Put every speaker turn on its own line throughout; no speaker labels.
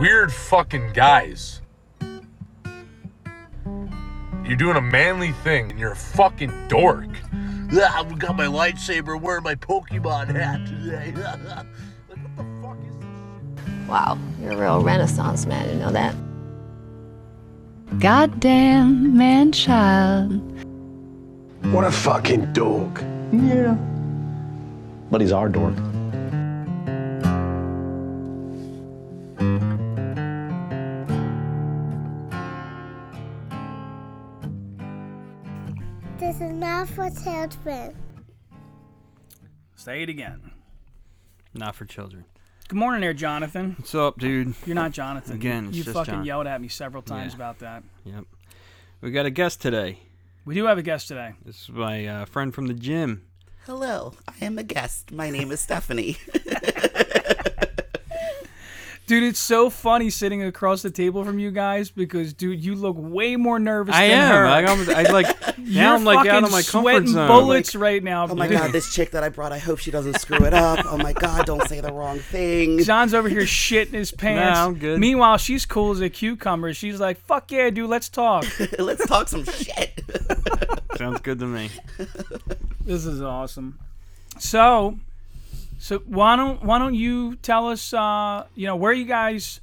weird fucking guys. You're doing a manly thing and you're a fucking dork. Ah, I've got my lightsaber wearing my Pokemon hat today. like, what the fuck is this?
Wow, you're a real renaissance man, you know that?
Goddamn man child.
What a fucking dork.
Yeah. But he's our dork.
This is not for children.
Say it again.
Not for children.
Good morning, there, Jonathan.
What's up, dude?
You're not Jonathan.
Again, it's
you
just
fucking
John.
yelled at me several times
Yeah.
about that.
Yep. We got a guest today.
We do have a guest today.
This is my uh, friend from the gym.
Hello, I am a guest. My name is Stephanie.
Dude, it's so funny sitting across the table from you guys because, dude, you look way more nervous
I
than
am.
her.
I, almost, I like now
You're
I'm like out
fucking
of my comfort
sweating
zone.
bullets right now.
Oh my
dude.
god, this chick that I brought, I hope she doesn't screw it up. Oh my god, don't say the wrong thing.
John's over here shitting his pants.
I'm good.
Meanwhile, she's cool as a cucumber. She's like, "Fuck yeah, dude, let's talk."
Let's talk some shit.
Like, sounds good to me.
this is awesome. So, so why don't why don't you tell us? Uh, you know, where you guys?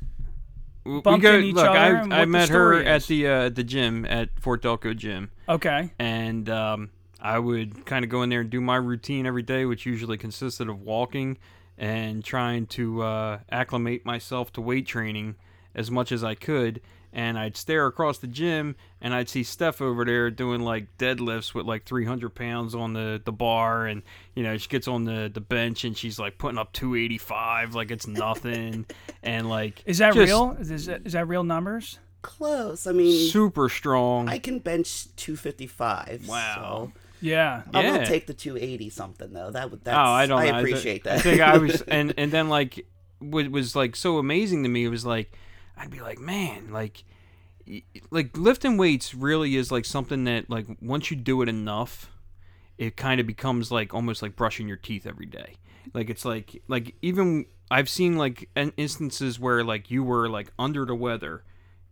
W- We
Bumped
go,
into each
look,
other
I,
and
I
what the
met her
story
at
is.
the uh, at the gym at Fort Delco Gym,
Okay,
and um, I would kind of go in there and do my routine every day, which usually consisted of walking and trying to uh, acclimate myself to weight training as much as I could. And I'd stare across the gym, and I'd see Steph over there doing like deadlifts with like 300 pounds on the, the bar, and you know she gets on the, the bench and she's like putting up 285 like it's nothing, and like
is that
just
real? Is that, is that real numbers?
Close. I mean,
Super strong.
I can bench 255.
Wow.
so
Yeah.
I'm
Yeah.
gonna take the 280 something though. That would. That's,
oh, I don't. know.
I
thi-
appreciate
I
that.
think I was, and and then like, what was like so amazing to me was like, I'd be like, man, like, y- like lifting weights really is like something that like once you do it enough, it kind of becomes like almost like brushing your teeth every day. Like it's like like even I've seen like in- instances where like you were like under the weather,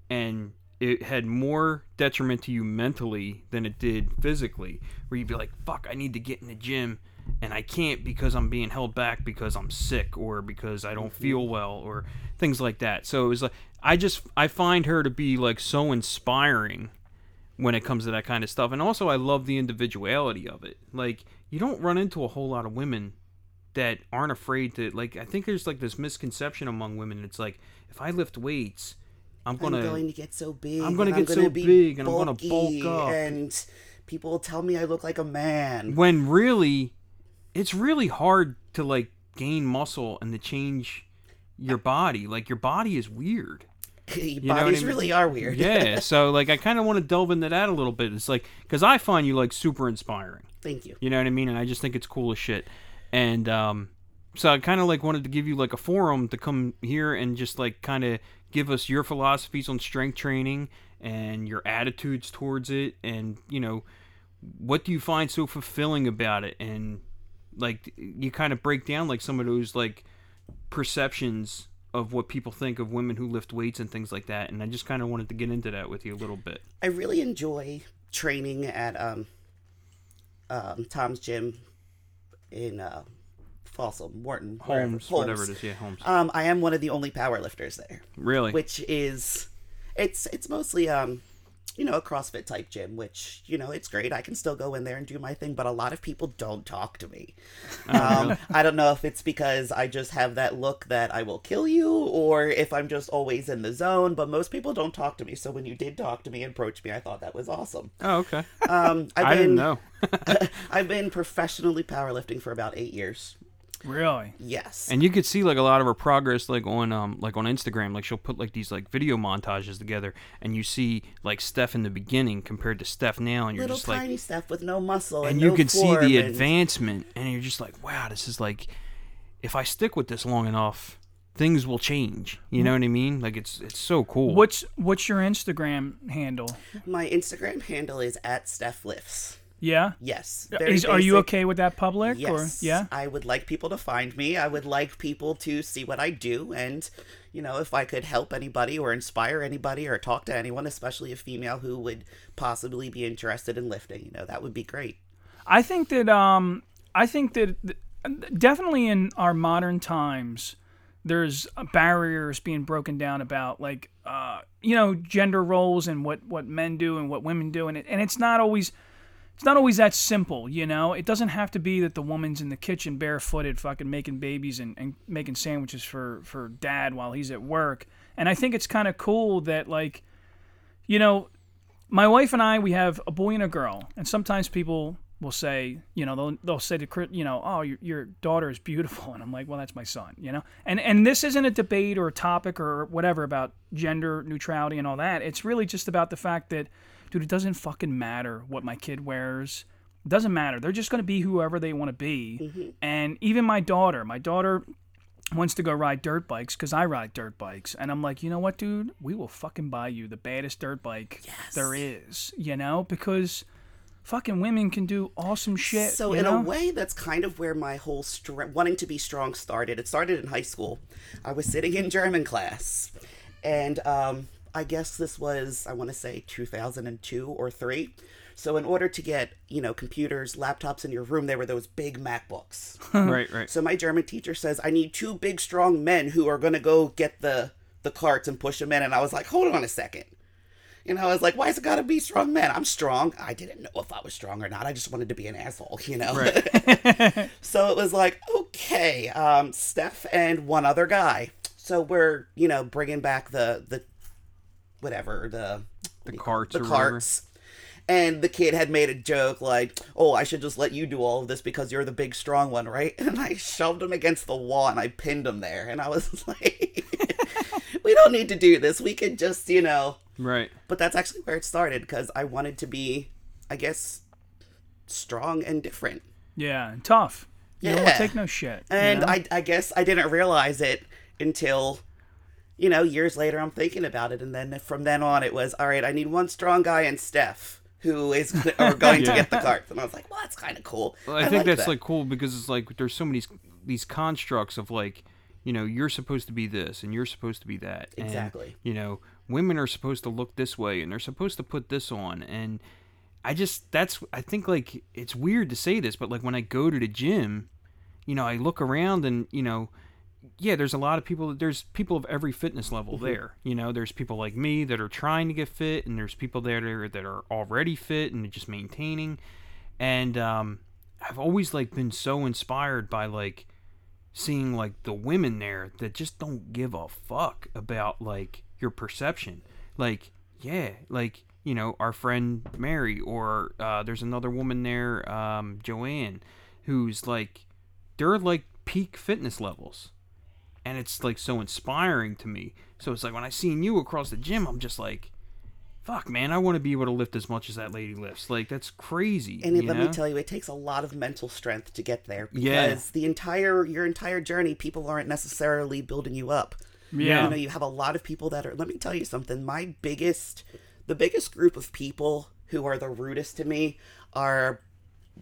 and it had more detriment to you mentally than it did physically. Where you'd be like, "Fuck, I need to get in the gym, and I can't because I'm being held back because I'm sick or because I don't feel well or things like that." So it was like I just I find her to be like so inspiring when it comes to that kind of stuff. And also, I love the individuality of it. Like, you don't run into a whole lot of women that aren't afraid to, like, I think there's like this misconception among women. It's like, if I lift weights, I'm
I'm
going
going
to.
to get so big.
I'm gonna
and
get so
be
big and I'm gonna bulk
bulky,
up.
And people tell me I look like a man.
When really, it's really hard to, like, gain muscle and to change your body. Like, your body is weird.
Your
know what I
bodies
mean?
really are weird.
Yeah. so, like, I kind of want to delve into that a little bit. It's like, because I find you, like, super inspiring.
Thank you.
You know what I mean? And I just think it's cool as shit. And um, so I kind of like wanted to give you like a forum to come here and just like kind of give us your philosophies on strength training and your attitudes towards it, and you know what do you find so fulfilling about it, and like you kind of break down like some of those like perceptions of what people think of women who lift weights and things like that and i just kind of wanted to get into that with you a little bit
I really enjoy training at um, um, Tom's gym in uh, Folsom, Wharton, wherever-
holmes, whatever it is yeah holmes
Um, I am one of the only powerlifters there,
really
which is, it's it's mostly um, you know, a CrossFit type gym, which you know it's great. I can still go in there and do my thing, but a lot of people don't talk to me. Um, I don't know if it's because I just have that look that I will kill you, or if I'm just always in the zone. But most people don't talk to me. So when you did talk to me and approach me, I thought that was awesome.
oh okay
Um, I've
i didn't
been-
know
I've been professionally powerlifting for about eight years.
Really?
Yes.
And you could see like a lot of her progress, like on um, like on Instagram. Like she'll put like these like video montages together, and you see like Steph in the beginning compared to Steph now, and you're
Little
just like,
tiny stuff with no muscle, and,
and you
no
can see
form
the
and-
advancement, and you're just like, wow, this is like, if I stick with this long enough, things will change. You
Mm.
know what I mean? Like it's it's so cool.
What's what's your Instagram handle?
My Instagram handle is at Steph Lifts.
Yeah.
Yes. very
Uh, Is, are you
basic.
okay with that public?
Yes.
Or yeah.
I would like people to find me. I would like people to see what I do. And, you know, if I could help anybody or inspire anybody or talk to anyone, especially a female who would possibly be interested in lifting, you know, that would be great.
I think that um, I think that th- definitely in our modern times, there's barriers being broken down about like uh, you know gender roles and what what men do and what women do, and it, and it's not always it's not always that simple, you know. It doesn't have to be that the woman's in the kitchen barefooted, fucking making babies and, and making sandwiches for for dad while he's at work. And I think it's kind of cool that like, you know, my wife and I, we have a boy and a girl, and sometimes people will say, you know, they'll, they'll say to Chris, you know, oh, your, your daughter is beautiful, and I'm like, well, that's my son, you know, and and this isn't a debate or a topic or whatever about gender neutrality and all that. It's really just about the fact that, dude, it doesn't fucking matter what my kid wears. It doesn't matter. They're just gonna be whoever they want to be,
Mm-hmm.
and even my daughter, my daughter wants to go ride dirt bikes because I ride dirt bikes. And I'm like, you know what, dude? We will fucking buy you the baddest dirt bike there is, you know? Because fucking women can do awesome shit.
So
you
in
know?
a way, that's kind of where my whole str- wanting to be strong started. It started in high school. I was sitting in German class, and um, I guess this was I want to say 2002 or three. So in order to get you know computers, laptops in your room, there were those big MacBooks.
right, right.
So my German teacher says, I need two big, strong men who are going to go get the, the carts and push them in. And I was like, hold on a second. You know, I was like, why is it got to be strong men? I'm strong. I didn't know if I was strong or not. I just wanted to be an asshole, you know? so it was like, okay, um, Steph and one other guy. So we're, you know, bringing back the, the whatever, the,
The carts
the
or whatever.
carts. And the kid had made a joke like, "Oh, I should just let you do all of this because you're the big strong one, right?" And I shoved him against the wall and I pinned him there. And I was like, "We don't need to do this. We could just, you know."
Right.
But that's actually where it started because I wanted to be, I guess, strong and different.
yeah, and tough. You don't
Yeah.
want to take no shit. you
And
know?
I, I guess I didn't realize it until, you know, years later I'm thinking about it. And then from then on, it was all right, I need one strong guy and Steph who is are going to get the carts. And I was like, well, that's kind of cool.
Well, I, think that's
that.
like cool because it's like there's so many these constructs of like, you know, you're supposed to be this and you're supposed to be that. and,
Exactly.
you know, women are supposed to look this way and they're supposed to put this on and I just that's I think like it's weird to say this, but like when I go to the gym, you know, I look around and, you know, yeah, there's a lot of people. There's people of every fitness level there. You know, there's people like me that are trying to get fit, and there's people there that are, that are already fit and just maintaining. And um, I've always like been so inspired by like seeing like the women there that just don't give a fuck about like your perception. Like, yeah, like you know, our friend Mary, or uh, there's another woman there, um, Joanne, who's like they're like peak fitness levels and it's like so inspiring to me so it's like when i seen you across the gym i'm just like fuck man i want to be able to lift as much as that lady lifts like that's crazy
And
you
let
know?
me tell you, it takes a lot of mental strength to get there because
Yeah.
the entire your entire journey, people aren't necessarily building you up.
Yeah.
you know, you have a lot of people that are. Let me tell you something. My biggest, the biggest group of people who are the rudest to me are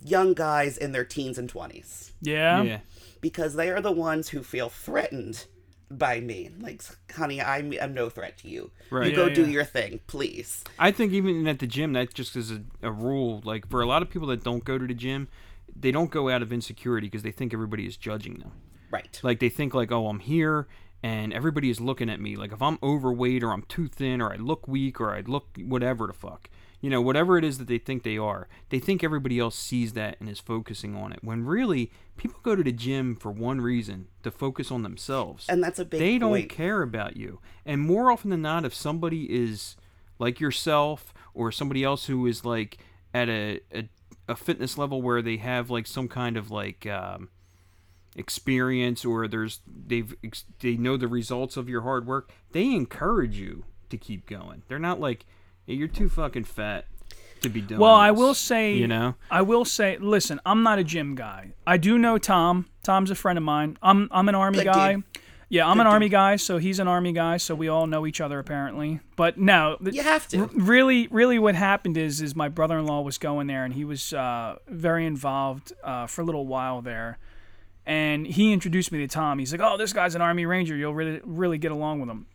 young guys in their teens and twenties
yeah.
yeah
because they are the ones who feel threatened by me. Like, honey, I'm, I'm no threat to you.
Right.
You go
Yeah,
do
yeah.
your thing, please.
i think even at the gym that just is a, a rule like for a lot of people that don't go to the gym they don't go out of insecurity because they think everybody is judging them
Right.
like they think like oh i'm here and everybody is looking at me like if i'm overweight or i'm too thin or i look weak or i look whatever the fuck you know whatever it is that they think they are they think everybody else sees that and is focusing on it when really people go to the gym for one reason to focus on themselves
And that's a big
they don't
point.
care about you and more often than not if somebody is like yourself or somebody else who is like at a, a, a fitness level where they have like some kind of like um, experience or there's they've ex- they know the results of your hard work they encourage you to keep going they're not like "Hey, you're too fucking fat to be doing
Well, I
this,"
will say,
you know
I will say, listen, I'm not a gym guy. I do know Tom. Tom's a friend of mine. I'm I'm an army
Good
guy,
dude.
Yeah, I'm an army guy, so he's an army guy, so we all know each other apparently. But no, th-
You have to.
r- really, really, what happened is, is my brother-in-law was going there, and he was uh, very involved uh, for a little while there. And he introduced me to Tom. He's like, "Oh, this guy's an army ranger. You'll really, really get along with him."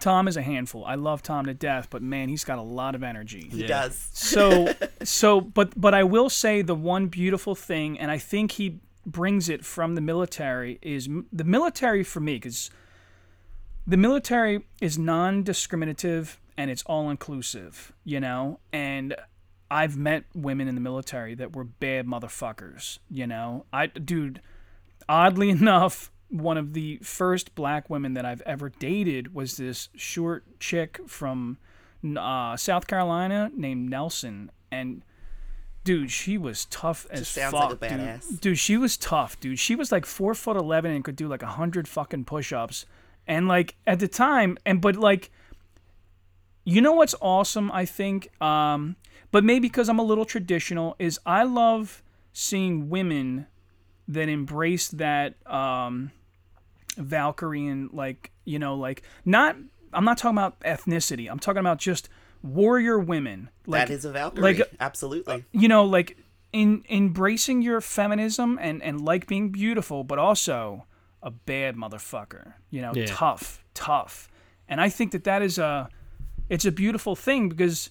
Tom is a handful. I love Tom to death, but man, he's got a lot of energy.
He does.
So so but but I will say the one beautiful thing and I think he brings it from the military is m- the military for me cuz the military is non-discriminative and it's all inclusive, you know? And I've met women in the military that were bad motherfuckers, you know? I dude oddly enough, one of the first black women that I've ever dated was this short chick from uh, South Carolina named Nelson. And dude, she was tough as
sounds
fuck.
like a
dude.
badass.
Dude. she was tough, dude. She was like four foot eleven and could do like a hundred fucking push ups. And like at the time, and but like you know what's awesome, I think, um, but maybe because I'm a little traditional, is I love seeing women that embrace that um, Valkyrian, like, you know, like, not, I'm not talking about ethnicity. I'm talking about just warrior women. Like,
that is a Valkyrie.
like-
Absolutely.
you know, like, in embracing your feminism and, and like being beautiful, but also a bad motherfucker, you know,
Yeah.
tough, tough. And I think that that is a, it's a beautiful thing because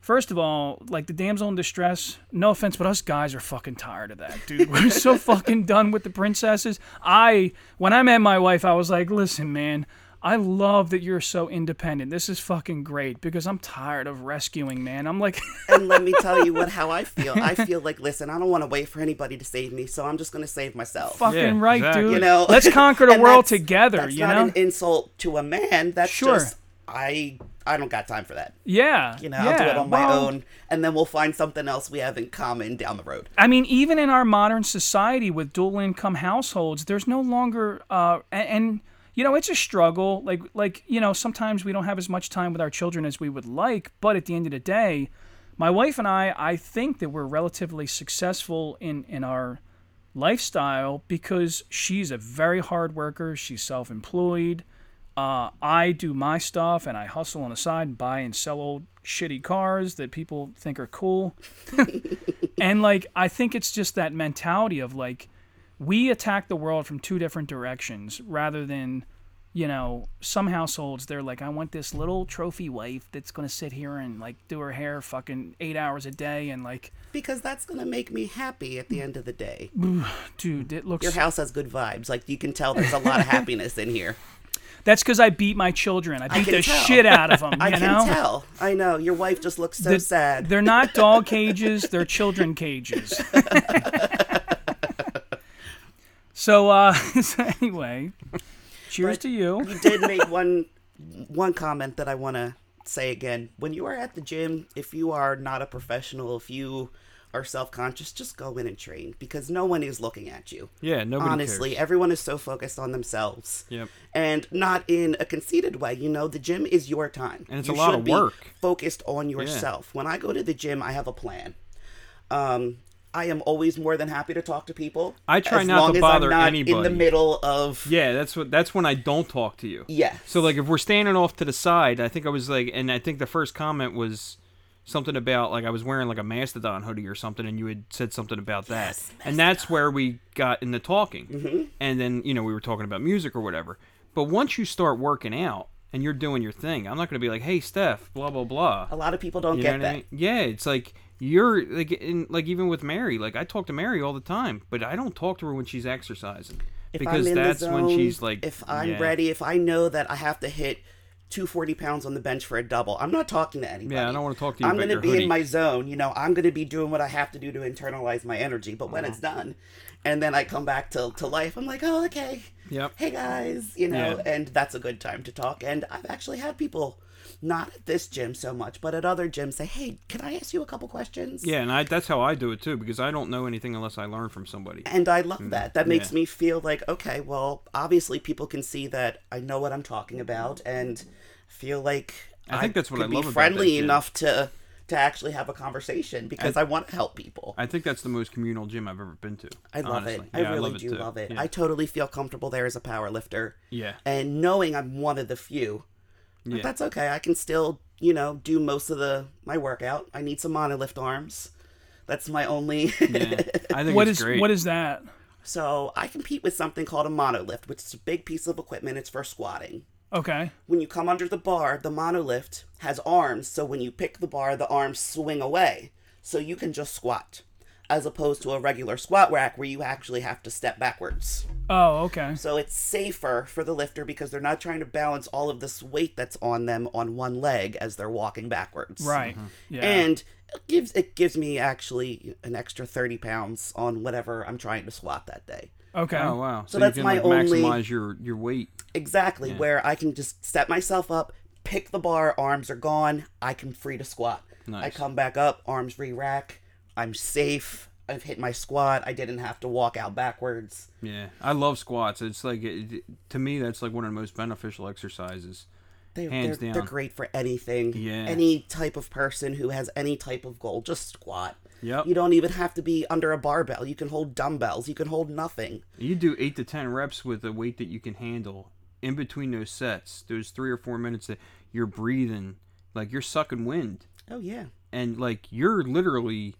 first of all like the damsel in distress no offense but us guys are fucking tired of that dude we're so fucking done with the princesses i when i met my wife i was like listen man i love that you're so independent this is fucking great because i'm tired of rescuing man i'm like
and let me tell you what how I feel. I feel like, listen, I don't want to wait for anybody to save me, so I'm just going to save myself.
fucking
Yeah,
right
exactly.
dude
You know,
let's conquer the
And
world
that's-
together
That's
you
not
know
an insult to a man. That's
Sure.
just I. I don't got time for that.
yeah
You know,
yeah,
I'll do it on my
well-
own, and then we'll find something else we have in common down the road.
I mean, even in our modern society with dual income households, there's no longer, uh, a- and, you know, it's a struggle. Like, like you know, sometimes we don't have as much time with our children as we would like. But at the end of the day, my wife and I, I think that we're relatively successful in in our lifestyle because she's a very hard worker. She's self employed. Uh, I do my stuff and I hustle on the side and buy and sell old shitty cars that people think are cool and like i think it's just that mentality of like we attack the world from two different directions rather than you know some households they're like i want this little trophy wife that's going to sit here and like do her hair fucking eight hours a day and like
Because that's going to make me happy at the end of the day.
dude it looks
Mm. Your house has good vibes. Like, you can tell there's a lot of happiness in here.
that's because i beat my children i beat
can
the
tell.
shit out of them you
I can
know
tell. I know. Your wife just looks so
The-
sad.
they're not dog cages they're children cages so uh so anyway cheers
But-
to you
you did make one one comment that I want to say again. When you are at the gym, if you are not a professional, if you are self-conscious, just go in and train because no one is looking at you.
Yeah, nobody
Honestly,
cares.
everyone is so focused on themselves.
Yep.
And not in a conceited way. You know, the gym is your time.
And it's
You
a lot
should
of
be
work.
Focused on yourself. When I go to the gym, I have a plan. Um, I am always more than happy to talk to people.
I try
as
not to
long as
bother
I'm not in the
anybody.
middle of
Yeah, that's what. That's when I don't talk to you.
Yes.
So like, if we're standing off to the side, I think I was like, and I think the first comment was something about like I was wearing like a mastodon hoodie or something, and you had said something about that, and that's where we got into talking, and then you know we were talking about music or whatever. But once you start working out and you're doing your thing, I'm not gonna be like, hey Steph, blah blah blah.
A lot of people don't
You know
get
what
that.
I mean? Yeah, it's like you're like in like even with Mary, like I talk to Mary all the time, but I don't talk to her when she's exercising
If
because
I'm in
that's
the zone,
when she's like
if I'm
yeah.
ready, if I know that I have to hit 240 pounds on the bench for a double, I'm not talking to anybody.
Yeah, I don't wanna talk to you
I'm
about
gonna
your
be
hoodie.
in my zone. You know, I'm going to be doing what I have to do to internalize my energy. But when it's done, and then I come back to, to life, I'm like, oh, okay.
Yep.
Hey, guys. You know,
Yeah.
and that's a good time to talk. And I've actually had people. Not at this gym so much, but at other gyms, say, "Hey, can I ask you a couple questions?"
Yeah, and I that's how I do it too because I don't know anything unless I learn from somebody.
And I love that. That makes
Mm-hmm. Yeah.
me feel like, okay, well, obviously people can see that I know what I'm talking about and feel like
I think that's what
could
I
be
love about that
friendly
gym.
enough to to actually have a conversation because I, want to help people.
I think that's the most communal gym I've ever been to.
I love
honestly.
it. I
Yeah,
really
love
do
too.
love it.
Yeah.
I totally feel comfortable there as a power lifter.
Yeah.
And knowing I'm one of the few, but
Yeah.
that's okay. I can still, you know, do most of the my workout. I need some monolift arms. That's my only.
Yeah. I think
What
it's
is
great.
what is that?
so I compete with something called a monolift, which is a big piece of equipment. It's for squatting.
Okay.
When you come under the bar, the monolift has arms, so when you pick the bar, the arms swing away, so you can just squat, as opposed to a regular squat rack where you actually have to step backwards.
Oh, okay.
So it's safer for the lifter because they're not trying to balance all of this weight that's on them on one leg as they're walking backwards.
Right.
Mm-hmm.
Yeah.
And it gives it gives me actually an extra 30 pounds on whatever I'm trying to squat that day.
okay.
Oh wow! So,
that's
you can,
my
like,
only-
maximize your your weight.
Exactly, where I can just set myself up, pick the bar, arms are gone, I can free to squat. I
Nice.
come back up, arms re rack, I'm safe, I've hit my squat, I didn't have to walk out backwards.
Yeah, I love squats. It's like it, it- to me that's like one of the most beneficial exercises.
They,
Hands
they're,
down.
they're great for anything.
Yeah.
Any type of person who has any type of goal, just squat.
Yep.
You don't even have to be under a barbell. You can hold dumbbells. You can hold nothing.
You do eight to ten reps with a weight that you can handle. In between those sets, those three or four minutes that you're breathing, like you're sucking wind,
Oh, yeah.
and like you're literally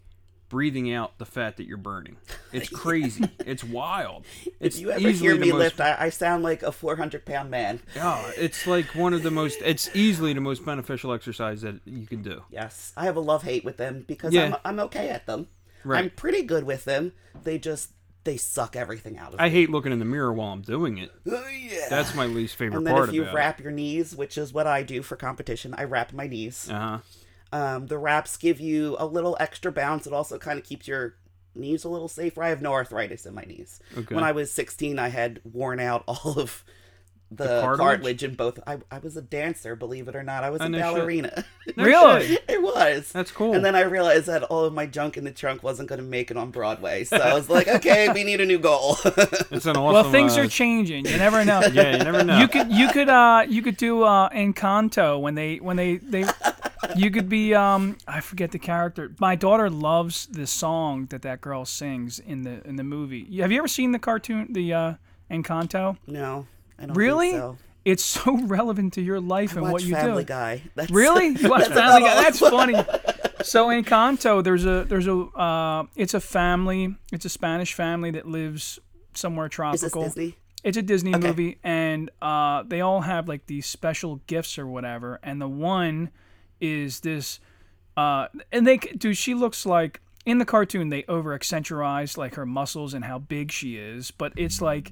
breathing out the fat that you're burning. It's crazy. It's wild. It's
If you ever
easily
hear
the
me
most-
lift, I, I sound like a 400 pound man.
Yeah, it's like one of the most. It's easily the most beneficial exercise that you can do.
Yes, I have a love hate with them because
Yeah.
I'm I'm okay at them.
Right.
I'm pretty good with them. They just they suck everything out of
I
me.
hate looking in the mirror while I'm doing it.
Oh, yeah.
That's my least favorite
and then
part
if you
about
wrap your knees, which is what I do for competition, I wrap my knees.
it. Uh-huh.
Um, the wraps give you a little extra bounce. It also kind of keeps your knees a little safer. I have no arthritis in my knees.
Okay.
When I was 16, I had worn out all of the,
cartilage?
cartilage? in both. I, I was a dancer, believe it or not. I was
I
a
know shit.
ballerina.
really?
it was.
That's cool.
And then I realized that all of my junk in the trunk wasn't going to make it on Broadway. So I was like, okay, we need a new goal.
It's an awesome.
Well, things
uh,
are changing. You never know.
Yeah, you never know.
You could you could uh you could do uh Encanto when they when they they you could be um I forget the character. My daughter loves the song that that girl sings in the in the movie. You- Have you ever seen the cartoon the uh Encanto?
no, I don't
Really?
Think so.
It's so relevant to your life and
Watch
what you
Family
do.
Guy. That's,
Really? You watch Family Guy? That's funny. So in Encanto, there's a there's a uh, it's a family, it's a Spanish family that lives somewhere
Is this
tropical.
Disney?
It's a Disney movie, and uh, they all have like these special gifts or whatever. And the one is this, uh, and they dude, she looks like in the cartoon they over accentuarize like her muscles and how big she is, but it's like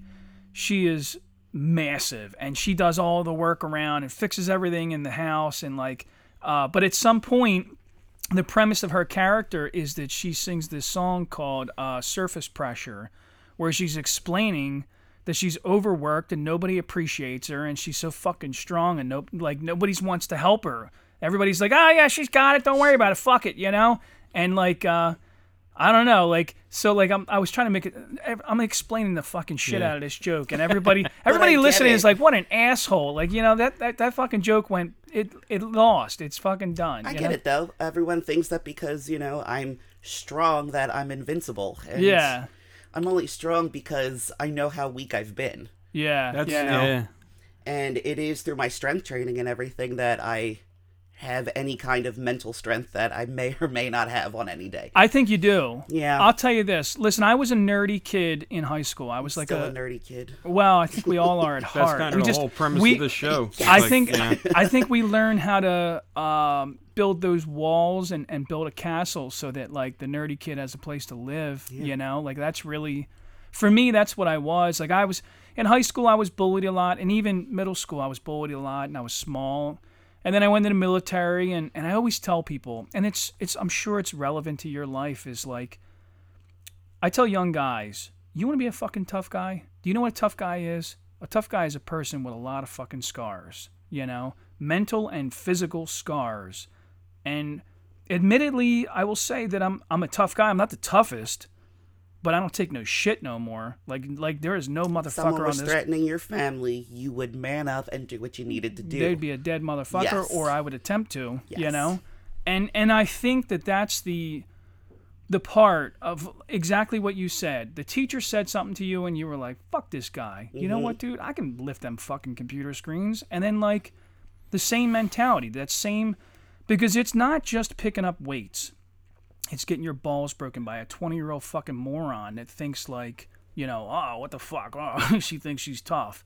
she is massive and she does all the work around and fixes everything in the house and like, uh, but at some point. The premise of her character is that she sings this song called uh, "Surface Pressure," where she's explaining that she's overworked and nobody appreciates her and she's so fucking strong and no like nobody's wants to help her. Everybody's like, "Oh yeah, she's got it. Don't worry about it. Fuck it," you know? And like uh I don't know, like so like I'm I was trying to make it I'm explaining the fucking shit out of this joke and everybody everybody
get
listening
it.
is like, "What an asshole." Like, you know, that that, that fucking joke went it it lost. It's fucking done.
I
you
get
know?
it though. Everyone thinks that because you know I'm strong that I'm invincible. And
Yeah.
I'm only strong because I know how weak I've been.
Yeah.
That's
yeah.
yeah.
and it is through my strength training and everything that I have any kind of mental strength that I may or may not have on any day.
I think you do.
Yeah.
I'll tell you this. Listen, I was a nerdy kid in high school. I was like
Still a, nerdy kid.
Well, I think we all are at
That's
heart.
kind
we
of the
just,
whole premise
we,
of the show.
I
Like,
think
yeah.
I think we learn how to um, build those walls and, and build a castle so that like the nerdy kid has a place to live. You know, like that's really for me. That's what I was. Like I was in high school, I was bullied a lot, and even middle school, I was bullied a lot, and I was small. And then I went into the military, and, and I always tell people, and it's it's I'm sure it's relevant to your life is like I tell young guys, you want to be a fucking tough guy? Do you know what a tough guy is? A tough guy is a person with a lot of fucking scars, you know, mental and physical scars. And admittedly, I will say that I'm I'm a tough guy. I'm not the toughest, but I don't take no shit no more. Like like there is no
Someone
motherfucker on
was
this.
threatening your family, you would man up and do what you needed to do.
There'd be a dead motherfucker,
Yes.
or I would attempt to, you
Yes.
know. and and I think that that's the the part of exactly what you said. The teacher said something to you, and you were like, "Fuck this guy." You
Mm-hmm.
know what, dude? I can lift them fucking computer screens. And then like the same mentality, that same, because it's not just picking up weights. It's getting your balls broken by a twenty-year-old fucking moron that thinks like, you know, oh, what the fuck? Oh, she thinks she's tough.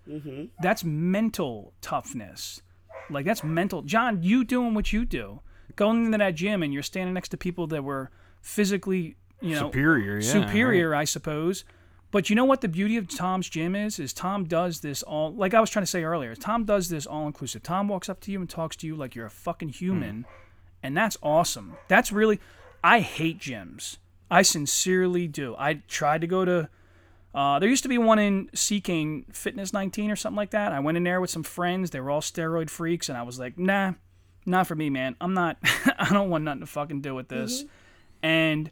That's mental toughness. Like that's mental. John, you doing what you do, going into that gym and you're standing next to people that were physically, you know,
Superior, yeah,
superior, I suppose. But you know what the beauty of Tom's gym is? Is Tom does this all like I was trying to say earlier. Tom does this all inclusive. Tom walks up to you and talks to you like you're a
Hmm.
fucking human, and that's awesome. That's really. I hate gyms. I sincerely do. I tried to go to. Uh, there used to be one in Seeking Fitness 19 or something like that. I went in there with some friends. They were all steroid freaks, and I was like, nah, not for me, man. I'm not. I don't want nothing to fucking do with this.
Mm-hmm.
And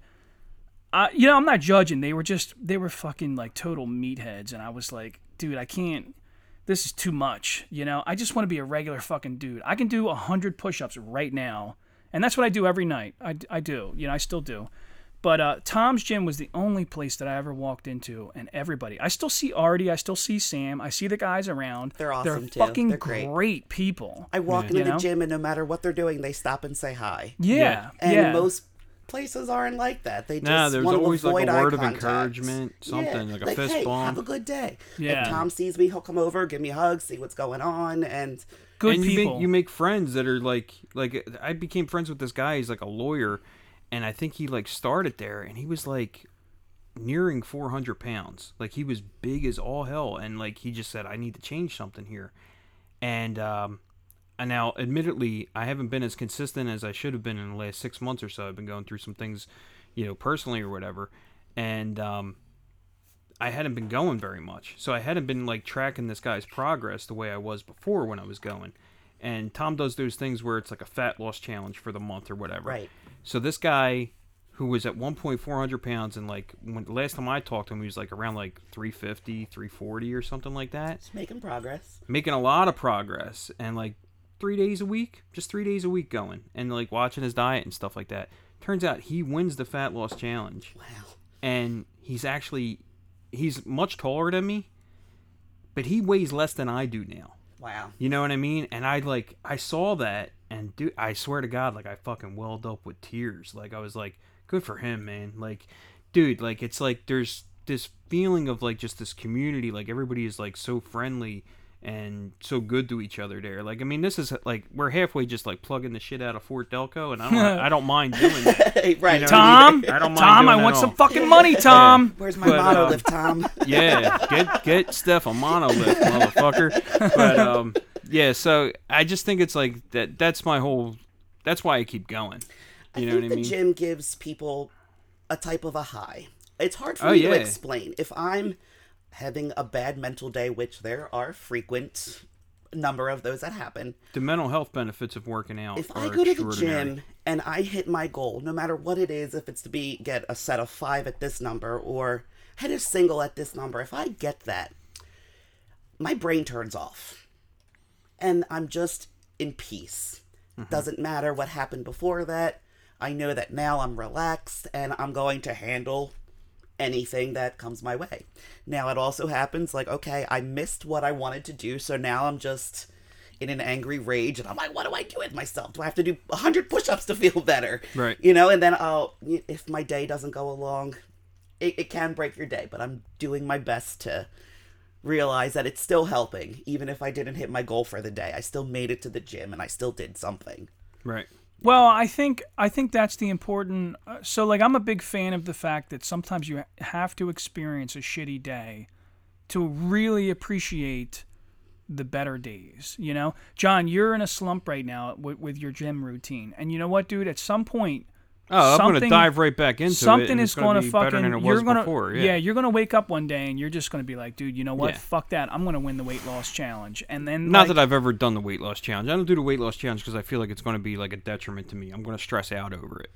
I, you know, I'm not judging. They were just they were fucking like total meatheads, and I was like, dude, I can't. This is too much. You know, I just want to be a regular fucking dude. I can do a hundred push-ups right now, and that's what I do every night. I, d- I do. You know, I still do. But uh, Tom's gym was the only place that I ever walked into, and everybody. I still see Artie. I still see Sam. I see the guys around.
They're awesome,
They're
too.
fucking
They're great.
people.
I walk into
You
the
know?
gym and no matter what they're doing, they stop and say hi.
yeah,
And
yeah.
most places aren't like that. They just
Nah, there's
want
always,
to
like, a
avoid eye
word of
contact.
encouragement, something,
yeah.
like a fist
hey,
bump.
Have a good day.
Yeah.
If Tom sees me, he'll come over, give me a hug, see what's going on, and
good
and you
people.
make you make friends that are like like I became friends with this guy. He's like a lawyer, and I think he like started there, and he was like nearing 400 pounds. Like he was big as all hell, and like he just said, "I need to change something here," and um. And now, admittedly, I haven't been as consistent as I should have been in the last six months or so. I've been going through some things, you know, personally or whatever, and um, I hadn't been going very much. So I hadn't been like tracking this guy's progress the way I was before when I was going. And Tom does those things where it's like a fat loss challenge for the month or whatever.
Right.
So this guy who was at one point 400 pounds and like when the last time I talked to him, he was like around like 350, 340 or something like that
just making progress.
making a lot of progress and like three days a week, just three days a week going and like watching his diet and stuff like that. Turns out he wins the fat loss challenge. Wow. And he's actually he's much taller than me, but he weighs less than I do now.
Wow.
You know what I mean? And I like I saw that and dude, I swear to God, like I fucking welled up with tears. Like I was like, good for him, man. Like, dude, like it's like there's this feeling of like just this community. Like everybody is like so friendly and so good to each other there. Like I mean, this is like we're halfway just like plugging the shit out of Fort Delco, and I don't I don't mind doing that.
Hey, right.
Tom,
I don't mind
Tom,
doing
I
that
want
at
some
all.
fucking money, Tom.
Where's my
But, um,
monolith, Tom?
yeah, get get Steph a monolith, motherfucker. But um, yeah. So I just think it's like that. That's my whole. That's why I keep going. You know
I
what I
think
mean?
the gym gives people a type of a high. It's hard for
Oh,
me
yeah.
to explain. If I'm having a bad mental day, which there are frequent number of those that happen,
The mental health benefits of working out.
if
are
I go to the
extraordinary.
gym and I hit my goal, no matter what it is, if it's to be get a set of five at this number or hit a single at this number, if I get that, my brain turns off. And I'm just in peace. Doesn't matter what happened before that. I know that now I'm relaxed and I'm going to handle anything that comes my way. Now it also happens like, okay, I missed what I wanted to do, so now I'm just in an angry rage and I'm like, what do I do with myself? Do I have to do 100 push ups to feel better?
Right.
You know, and then I'll, if my day doesn't go along, it, it can break your day, but I'm doing my best to realize that it's still helping. Even if I didn't hit my goal for the day, I still made it to the gym and I still did something.
right?
Well, I think I think that's the important. Uh, so, like, I'm a big fan of the fact that sometimes you ha- have to experience a shitty day to really appreciate the better days. You know, John, you're in a slump right now with, with your gym routine, and you know what, dude? At some point,
Oh, I'm
Something-
gonna dive right back into it.
something
and
is
it's
going
gonna
to
be
fucking.
better than it was
you're going
before.
to
Yeah.
you're going to wake up one day and you're just going to be like, dude, you know what?
Yeah.
Fuck that. I'm going to win the weight loss challenge, and then
Not
like,
that I've ever done the weight loss challenge. I don't do the weight loss challenge because I feel like it's going to be like a detriment to me. I'm going to stress out over it.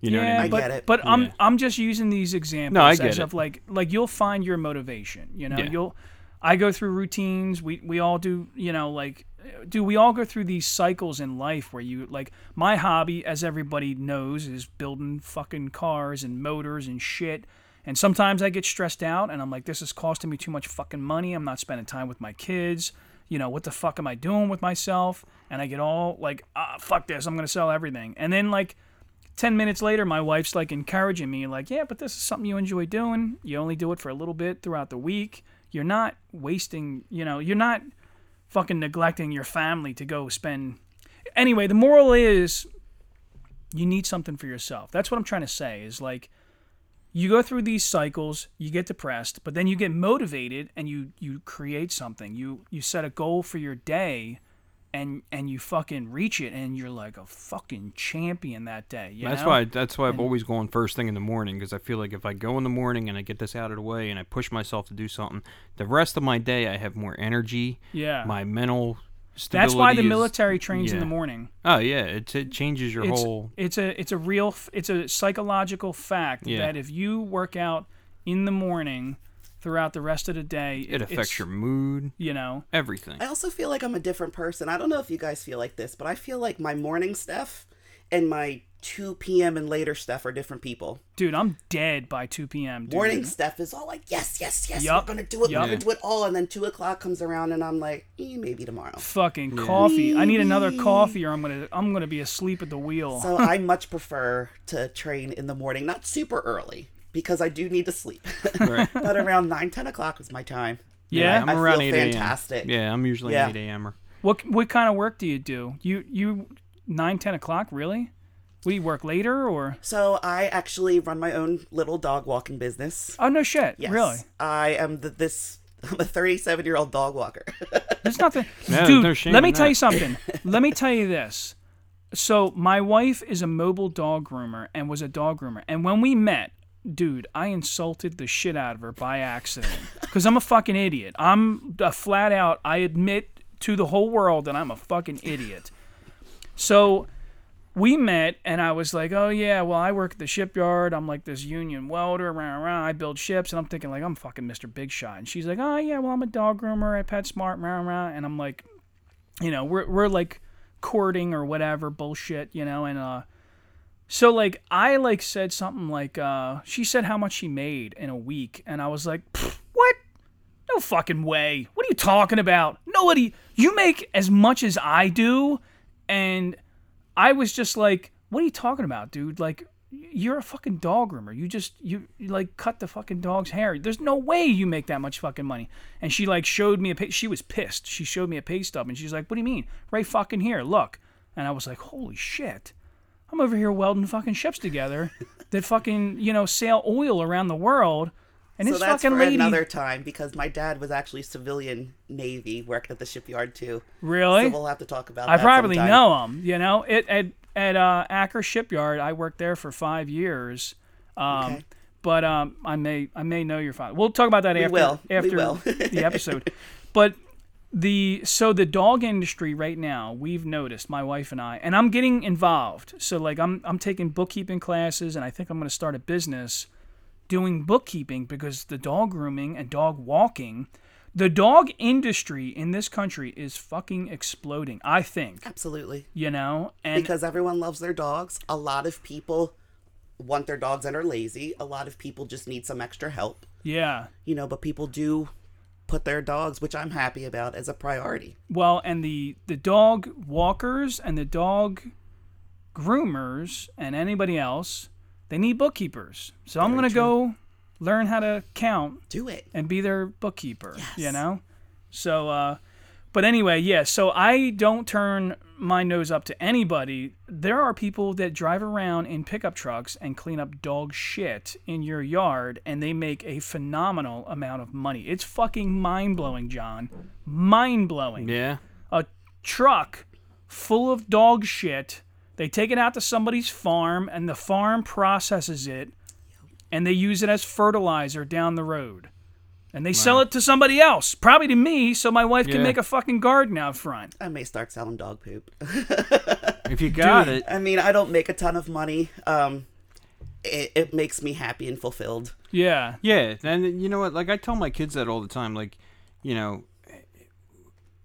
You know what I
yeah,
mean?
but,
I get it.
But I'm I'm just using these examples
No, I get
as
it.
of like like you'll find your motivation. You know,
Yeah.
you'll I go through routines. We we all do, you know, like do we all go through these cycles in life where you like my hobby as everybody knows is building fucking cars and motors and shit. And sometimes I get stressed out and I'm like this is costing me too much fucking money. I'm not spending time with my kids. You know, what the fuck am I doing with myself? And I get all like, ah, fuck this. I'm going to sell everything. And then like 10 minutes later, my wife's like encouraging me, like, yeah, but this is something you enjoy doing. You only do it for a little bit throughout the week. You're not wasting, you know, you're not fucking neglecting your family to go spend. Anyway, the moral is you need something for yourself. That's what I'm trying to say is like, you go through these cycles, you get depressed, but then you get motivated and you you create something. You you set a goal for your day and and you fucking reach it and you're like a fucking champion that day. you
that's
know?
why that's why I've always gone first thing in the morning because I feel like if I go in the morning and I get this out of the way and I push myself to do something, the rest of my day I have more energy.
Yeah.
My mental stability.
That's why the
is-
military trains in
yeah.
the morning.
Oh yeah, it, it changes your whole.
It's, it's a it's a real f- it's a psychological fact
Yeah.
that if you work out in the morning throughout the rest of the day,
It affects
it's-
your mood,
you know.
everything.
I also feel like I'm a different person. I don't know if you guys feel like this, but I feel like my morning stuff and my 2 p.m. and later stuff are different people.
Dude, I'm dead by 2 p.m. Dude.
Morning stuff is all like, yes, yes, yes,
Yup.
we're gonna do it,
Yup.
we're gonna do it all, and then two o'clock comes around, and I'm like, eh, maybe tomorrow.
Fucking coffee. I need another coffee or I'm going to I'm going to be asleep at the wheel.
So I much prefer to train in the morning, not super early because I do need to sleep. but around nine, ten o'clock is my time.
yeah.
I'm
I
around 8
feel
a.m.
fantastic.
Yeah, I'm usually
Yeah.
an 8 a.m. -er.
What what kind of work do you do? You you 9 10 o'clock, really? What do you work later or
So I actually run my own little dog walking business.
Oh no shit.
Yes,
Really?
I am the, this. I'm a 37 year old dog walker.
There's nothing.
Yeah,
Dude,
no shame
let me
in
tell
that.
you something. let me tell you this. So, my wife is a mobile dog groomer and was a dog groomer. And when we met, dude, I insulted the shit out of her by accident because I'm a fucking idiot. I'm a flat out, I admit to the whole world that I'm a fucking idiot. So, we met and I was like, oh yeah, well I work at the shipyard. I'm like this union welder. Rah, rah, I build ships, and I'm thinking like I'm fucking Mr. Big Shot. And she's like, oh yeah, well I'm a dog groomer at PetSmart. Rah, rah. And I'm like, you know, we're we're like courting or whatever bullshit, you know. And uh, so like I like said something like uh, she said how much she made in a week, and I was like, "Pfft, what? No fucking way. What are you talking about? Nobody. You make as much as I do, and I was just like, "What are you talking about, dude? Like, you're a fucking dog groomer. You just you, you like cut the fucking dog's hair. There's no way you make that much fucking money." And she like showed me a pay- she was pissed. She showed me a pay stub and she's like, "What do you mean? Right fucking here, look." And I was like, "Holy shit." I'm over here welding fucking ships together that fucking, you know, sail oil around the world. And
so
this
that's
fucking
for
lady
another time because my dad was actually civilian Navy, worked at the shipyard too.
Really?
So we'll have to talk about
I
that.
probably
sometime.
know him. You know, it at at uh, Acker Shipyard. I worked there for five years. Um,
Okay.
But um, I may I may know your father. We'll talk about that after
will. We
after
will.
the episode. But the so the dog industry right now we've noticed my wife and I and I'm getting involved. So like I'm I'm taking bookkeeping classes and I think I'm going to start a business doing bookkeeping because the dog grooming and dog walking the dog industry in this country is fucking exploding i think
Absolutely.
you know and
Because everyone loves their dogs. A lot of people want their dogs and are lazy. A lot of people just need some extra help,
yeah
you know, but people do put their dogs, which I'm happy about, as a priority.
well and the the dog walkers and the dog groomers and anybody else they need bookkeepers so i'm gonna go learn how to count
Do it.
and be their bookkeeper. You know? So uh but anyway, yeah, so I don't turn my nose up to anybody. There are people that drive around in pickup trucks and clean up dog shit in your yard and they make a phenomenal amount of money. It's fucking mind-blowing, John. Mind-blowing
Yeah.
a truck full of dog shit. They take it out to somebody's farm, and the farm processes it, and they use it as fertilizer down the road. And they sell it to somebody else, probably to me, so my wife can
Yeah.
make a fucking garden out front.
I may start selling dog poop.
If you got it,
I mean, I don't make a ton of money. Um, it, it makes me happy and fulfilled.
Yeah,
Yeah, and you know what? Like I tell my kids that all the time. Like you know,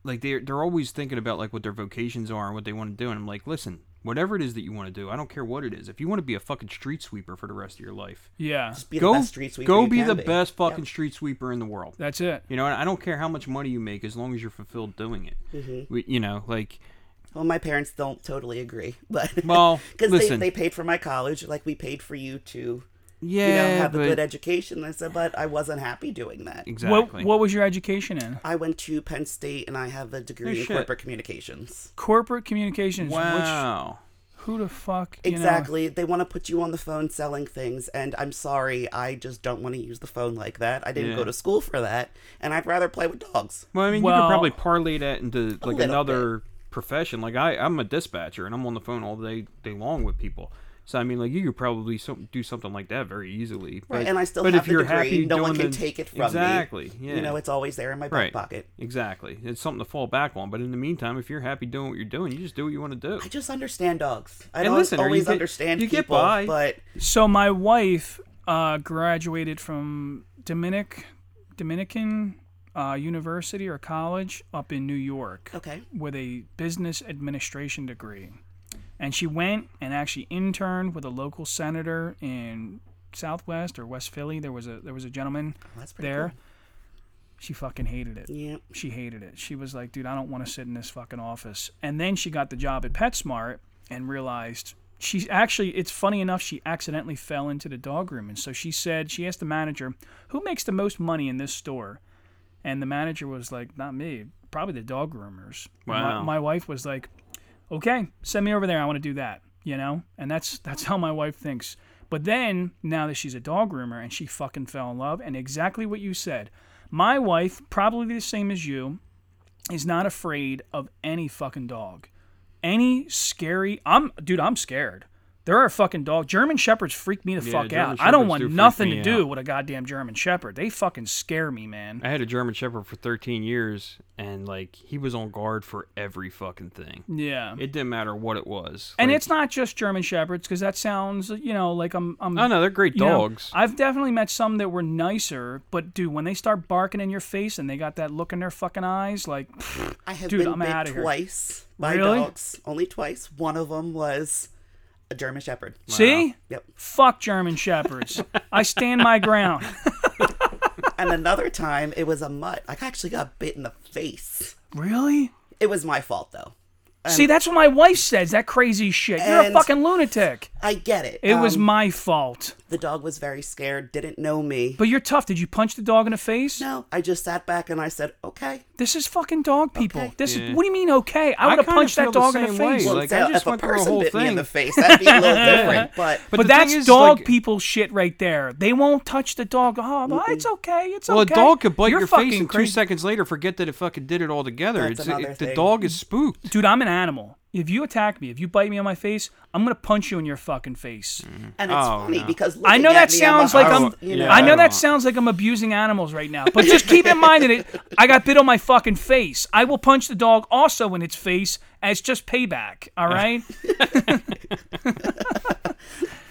like they're they're always thinking about like what their vocations are and what they want to do. And I'm like, listen, whatever it is that you want to do, I don't care what it is. If you want to be a fucking street sweeper for the rest of your life,
Yeah.
Be the
go
best street sweeper
go
you
be
can
the best fucking street sweeper in the world.
That's it.
You know, and I don't care how much money you make as long as you're fulfilled doing it. Mm-hmm. We, you know, like
Well, my parents don't totally agree, but
Well,
because they,
listen.
they paid for my college, like we paid for you to
yeah,
you know have
but,
a good education. I said, but I wasn't happy doing that.
exactly.
What What was your education in?
I went to Penn State and I have a degree
No
in
shit.
corporate communications.
Corporate communications. Which,
wow.
who the fuck? you know-
Exactly. They want to put you on the phone selling things, and I'm sorry, I just don't want to use the phone like that. I didn't
Yeah.
go to school for that, and I'd rather play with dogs.
Well, I mean, you
Well-
could probably parlay that into like
little
another profession. Like I, I'm a dispatcher, and I'm on the phone all day, day long with people. So I mean, like you could probably so, do something like that very easily. But,
Right, and I still
but
have
if
the
you're
degree.
happy
no one
doing
can
the-
take it from
exactly,
me.
Yeah.
You know, it's always there in my back
right.
pocket.
Exactly. It's something to fall back on. But in the meantime, if you're happy doing what you're doing, you just do what you want to do.
I just understand dogs. I
And
don't
listen, or you
always
get-
understand
you get
people,
by.
but
So my wife uh, graduated from Dominic Dominican uh, University or college up in New York
okay,
with a business administration degree, and she went and actually interned with a local senator in Southwest or West Philly. There was a there was a gentleman
that's pretty
there. She fucking hated it.
cool. Yeah,
She hated it. She was like, dude, I don't want to sit in this fucking office. And then she got the job at PetSmart and realized she actually, it's funny enough, she accidentally fell into the dog room. And so she said, she asked the manager, who makes the most money in this store? And the manager was like, not me, probably the dog groomers. And my-
Wow.
My, wife was like, okay, send me over there. I want to do that, you know? And that's, that's how my wife thinks. But then, now that she's a dog groomer and she fucking fell in love, and exactly what you said, my wife, probably the same as you, is not afraid of any fucking dog. Any scary I'm dude, I'm scared. There are fucking dog German shepherds freak me the
Yeah,
fuck
German
out. I don't
shepherds
want
do freak
nothing
me
to do
out.
with a goddamn German shepherd. They fucking scare me, man.
I had a German Shepherd for 13 years, and like he was on guard for every fucking thing.
Yeah.
It didn't matter what it was.
and
Like,
it's not just German shepherds because that sounds, you know, like I'm. I'm
Oh, no, they're great
you know,
dogs.
I've definitely met some that were nicer, but dude, when they start barking in your face and they got that look in their fucking eyes, like,
I have
Dude,
been
I'm
bit
outta here.
twice by
Really?
dogs. Only twice. One of them was a German Shepherd.
see,
Yep.
fuck German shepherds. I stand my ground.
And another time, it was a mutt. I actually got bit in the face.
really?
It was my fault though.
See, that's what my wife says. That crazy shit. You're a
And-
fucking lunatic.
I get it.
It was
Um,
my fault.
the dog was very scared, didn't know me.
But you're tough. Did you punch the dog in the face?
no, I just sat back and I said, "Okay."
This is fucking dog people.
Okay.
This is what do you mean? Okay, I would have
kinda
punched
feel
that
the
dog in the
same way.
face.
Well,
Well,
like, I
so
just
if a
went through a
person
whole
bit me in
thing.
the face, that'd be a little different. But
But,
the thing
that's
is,
dog
like-
people shit right there. They won't touch the dog. Oh, well, it's okay. It's
Well,
okay.
a dog could bite
You're
your
fucking
face, and two
crazy.
seconds later, forget that it fucking did it altogether.
That's
it's
another
it, the
thing.
dog is spooked.
Dude, I'm an animal. If you attack me, if you bite me on my face, I'm gonna punch you in your fucking face.
and it's
Oh,
funny
no.
because
I
looking
know
Mm. at
that
me,
sounds
a
like I'm.
house, you know,
yeah,
I know
I'm
that
a-
sounds like I'm abusing animals right now, but just keep in mind that it, I got bit on my fucking face. I will punch the dog also in its face as just payback. All right,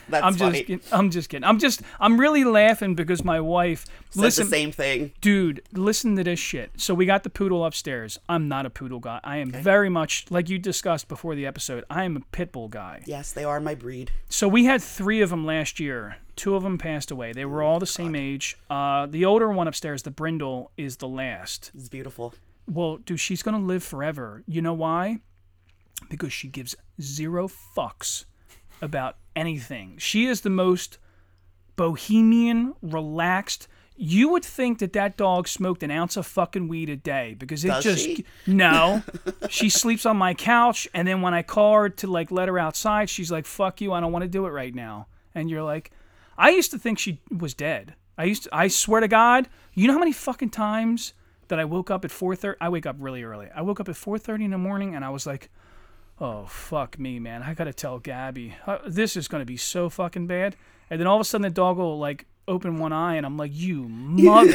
That's
I'm
funny.
just, kid- I'm just kidding. I'm just, I'm really laughing because my wife.
Said
listen,
the same thing.
dude, listen to this shit. So we got the poodle upstairs. I'm not a poodle guy. I am very much like you discussed before the episode. I am a pit bull guy.
Yes, they are my breed.
So we had three of them last year. Two of them passed away. They were all the same age. Uh, the older one upstairs, the brindle, is the last.
It's beautiful.
Well, dude, she's gonna live forever. You know why? Because she gives zero fucks about anything. She is the most bohemian, relaxed. You would think that that dog smoked an ounce of fucking weed a day because it
Does
just
she?
no. she sleeps on my couch, and then when I call her to like let her outside, she's like, "Fuck you, I don't want to do it right now." And you're like, I used to think she was dead. I used to, I swear to God, you know how many fucking times that I woke up at 4:30 I wake up really early. I woke up at 4:30 in the morning and I was like, "Oh fuck me, man. I got to tell Gabby. Uh, this is going to be so fucking bad." And then all of a sudden the dog will like open one eye and I'm like, "You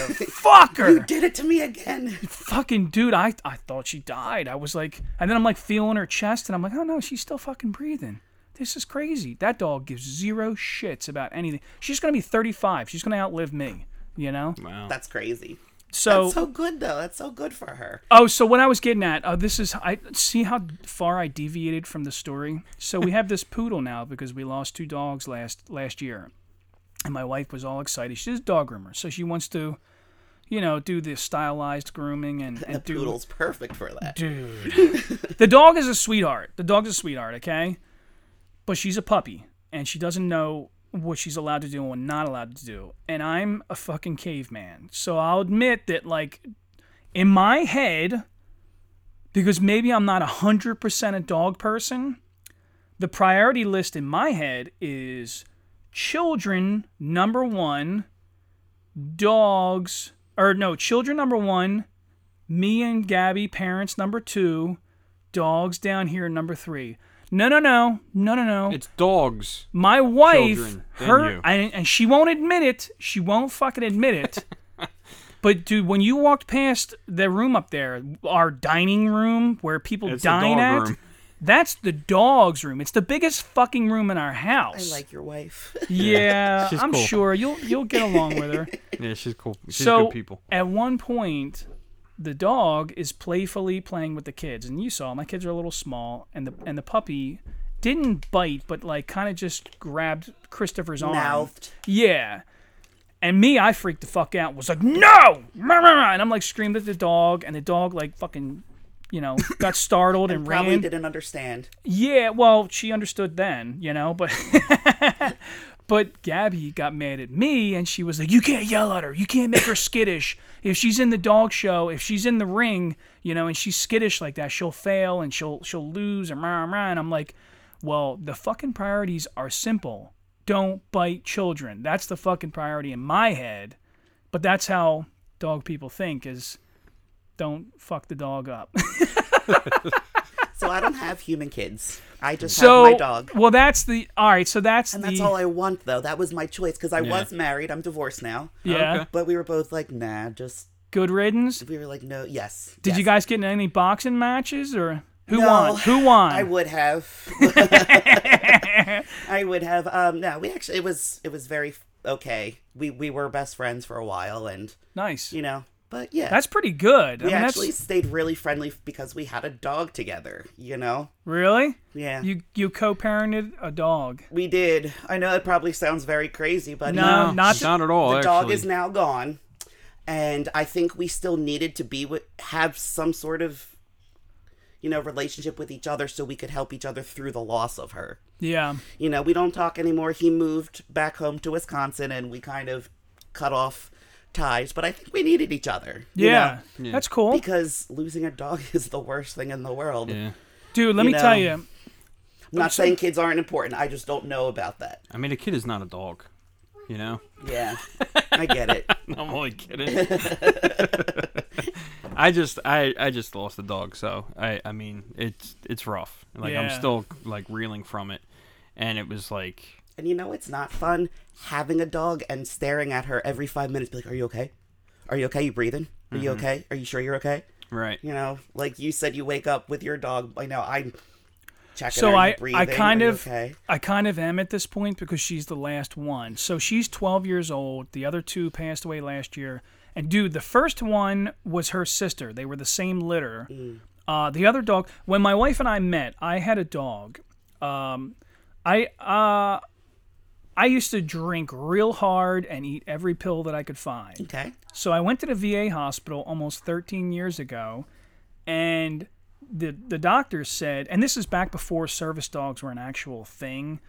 motherfucker."
Did it to me again.
fucking dude, I I thought she died. I was like, and then I'm like feeling her chest, and I'm like, oh no, she's still fucking breathing. This is crazy. That dog gives zero shits about anything. She's gonna be 35. She's gonna outlive me. You know?
That's crazy.
So,
That's so good though. That's so good for her.
oh, so what I was getting at, uh, this is I see how far I deviated from the story. So we have this poodle now because we lost two dogs last last year, and my wife was all excited. She's a dog groomer, so she wants to, you know, do this stylized grooming and, and
The
do
poodle's perfect for that.
dude. the dog is a sweetheart. The dog's a sweetheart, okay? But she's a puppy and she doesn't know what she's allowed to do and what not allowed to do. And I'm a fucking caveman. So I'll admit that like in my head because maybe I'm not 100% a dog person, the priority list in my head is children number 1, dogs or no, children number 1, me and Gabby, parents number two, dogs down here number three. No, no, no, no, no, no.
It's dogs.
My wife,
Children, then
her,
you.
and, and she won't admit it. She won't fucking admit it. but dude, when you walked past the room up there, our dining room where people
It's the
dine
dog
at,
room.
that's the dog's room. It's the biggest fucking room in our
I
house.
like your wife.
yeah,
she's
I'm
cool.
sure you'll you'll get along with her
Yeah, she's cool. She's
so
good people.
at one point the dog is playfully playing with the kids and you saw my kids are a little small and the and the puppy didn't bite but like kind of just grabbed christopher's arm
Mouthed.
yeah and me i freaked the fuck out was like no Rah, rah, rah," and i'm like screamed at the dog and the dog like fucking you know got startled and,
Probably
ran
didn't understand.
yeah, well, she understood then, you know, but but Gabby got mad at me and she was like, "You can't yell at her. You can't make her skittish. If she's in the dog show, if she's in the ring, you know, and she's skittish like that, she'll fail and she'll she'll lose and rah rah." And I'm like, "Well, the fucking priorities are simple. Don't bite children. That's the fucking priority in my head." But that's how dog people think is don't fuck the dog up.
So I don't have human kids. I just
so
have my dog.
Well, that's the all right. So that's
And
the
that's all I want though. That was my choice because I was married. I'm divorced now.
yeah.
But we were both like, nah, just
Good riddance.
we were like, no, yes.
Did
yes.
you guys get in any boxing matches or who
No,
won? Who won?
I would have. I would have. Um, no, we actually it was it was very f- okay. We we were best friends for a while, and
nice.
you know, but yeah,
That's pretty good. I
we
mean,
actually
that's
stayed really friendly because we had a dog together. You know,
really
yeah,
you you co-parented a dog.
we did. I know it probably sounds very crazy, but
No, not-
not at all.
the dog
actually.
is now gone, and I think we still needed to be with have some sort of you know relationship with each other so we could help each other through the loss of her.
Yeah.
you know, we don't talk anymore. He moved back home to Wisconsin and we kind of cut off ties, but I think we needed each other. you
Yeah.
know?
That's cool.
Because losing a dog is the worst thing in the world.
Yeah.
Dude, let
you
me tell
know.
you.
I'm not saying kids aren't important. I just don't know about that.
I mean, a kid is not a dog. You know.
Yeah. I get it.
I'm only kidding. I just I I just lost a dog, so I I mean it's it's rough. Like I'm
Yeah.
still like reeling from it, and it was like
And you know, it's not fun having a dog and staring at her every five minutes. Be like, are you okay? Are you okay? You breathing? Are
Mm-hmm.
you okay? Are you sure you're okay?
right.
You know, like you said, you wake up with your dog. I know I'm checking.
So
are you
I I
breathing?
kind
Are you
of
okay?
I kind of am at this point because she's the last one. So she's 12 years old. The other two passed away last year. And dude, the first one was her sister. They were the same litter.
Mm.
Uh, the other dog. When my wife and I met, I had a dog. Um, I uh, I used to drink real hard and eat every pill that I could find.
Okay.
So I went to the VA hospital almost 13 years ago, and the the doctor said, and this is back before service dogs were an actual thing,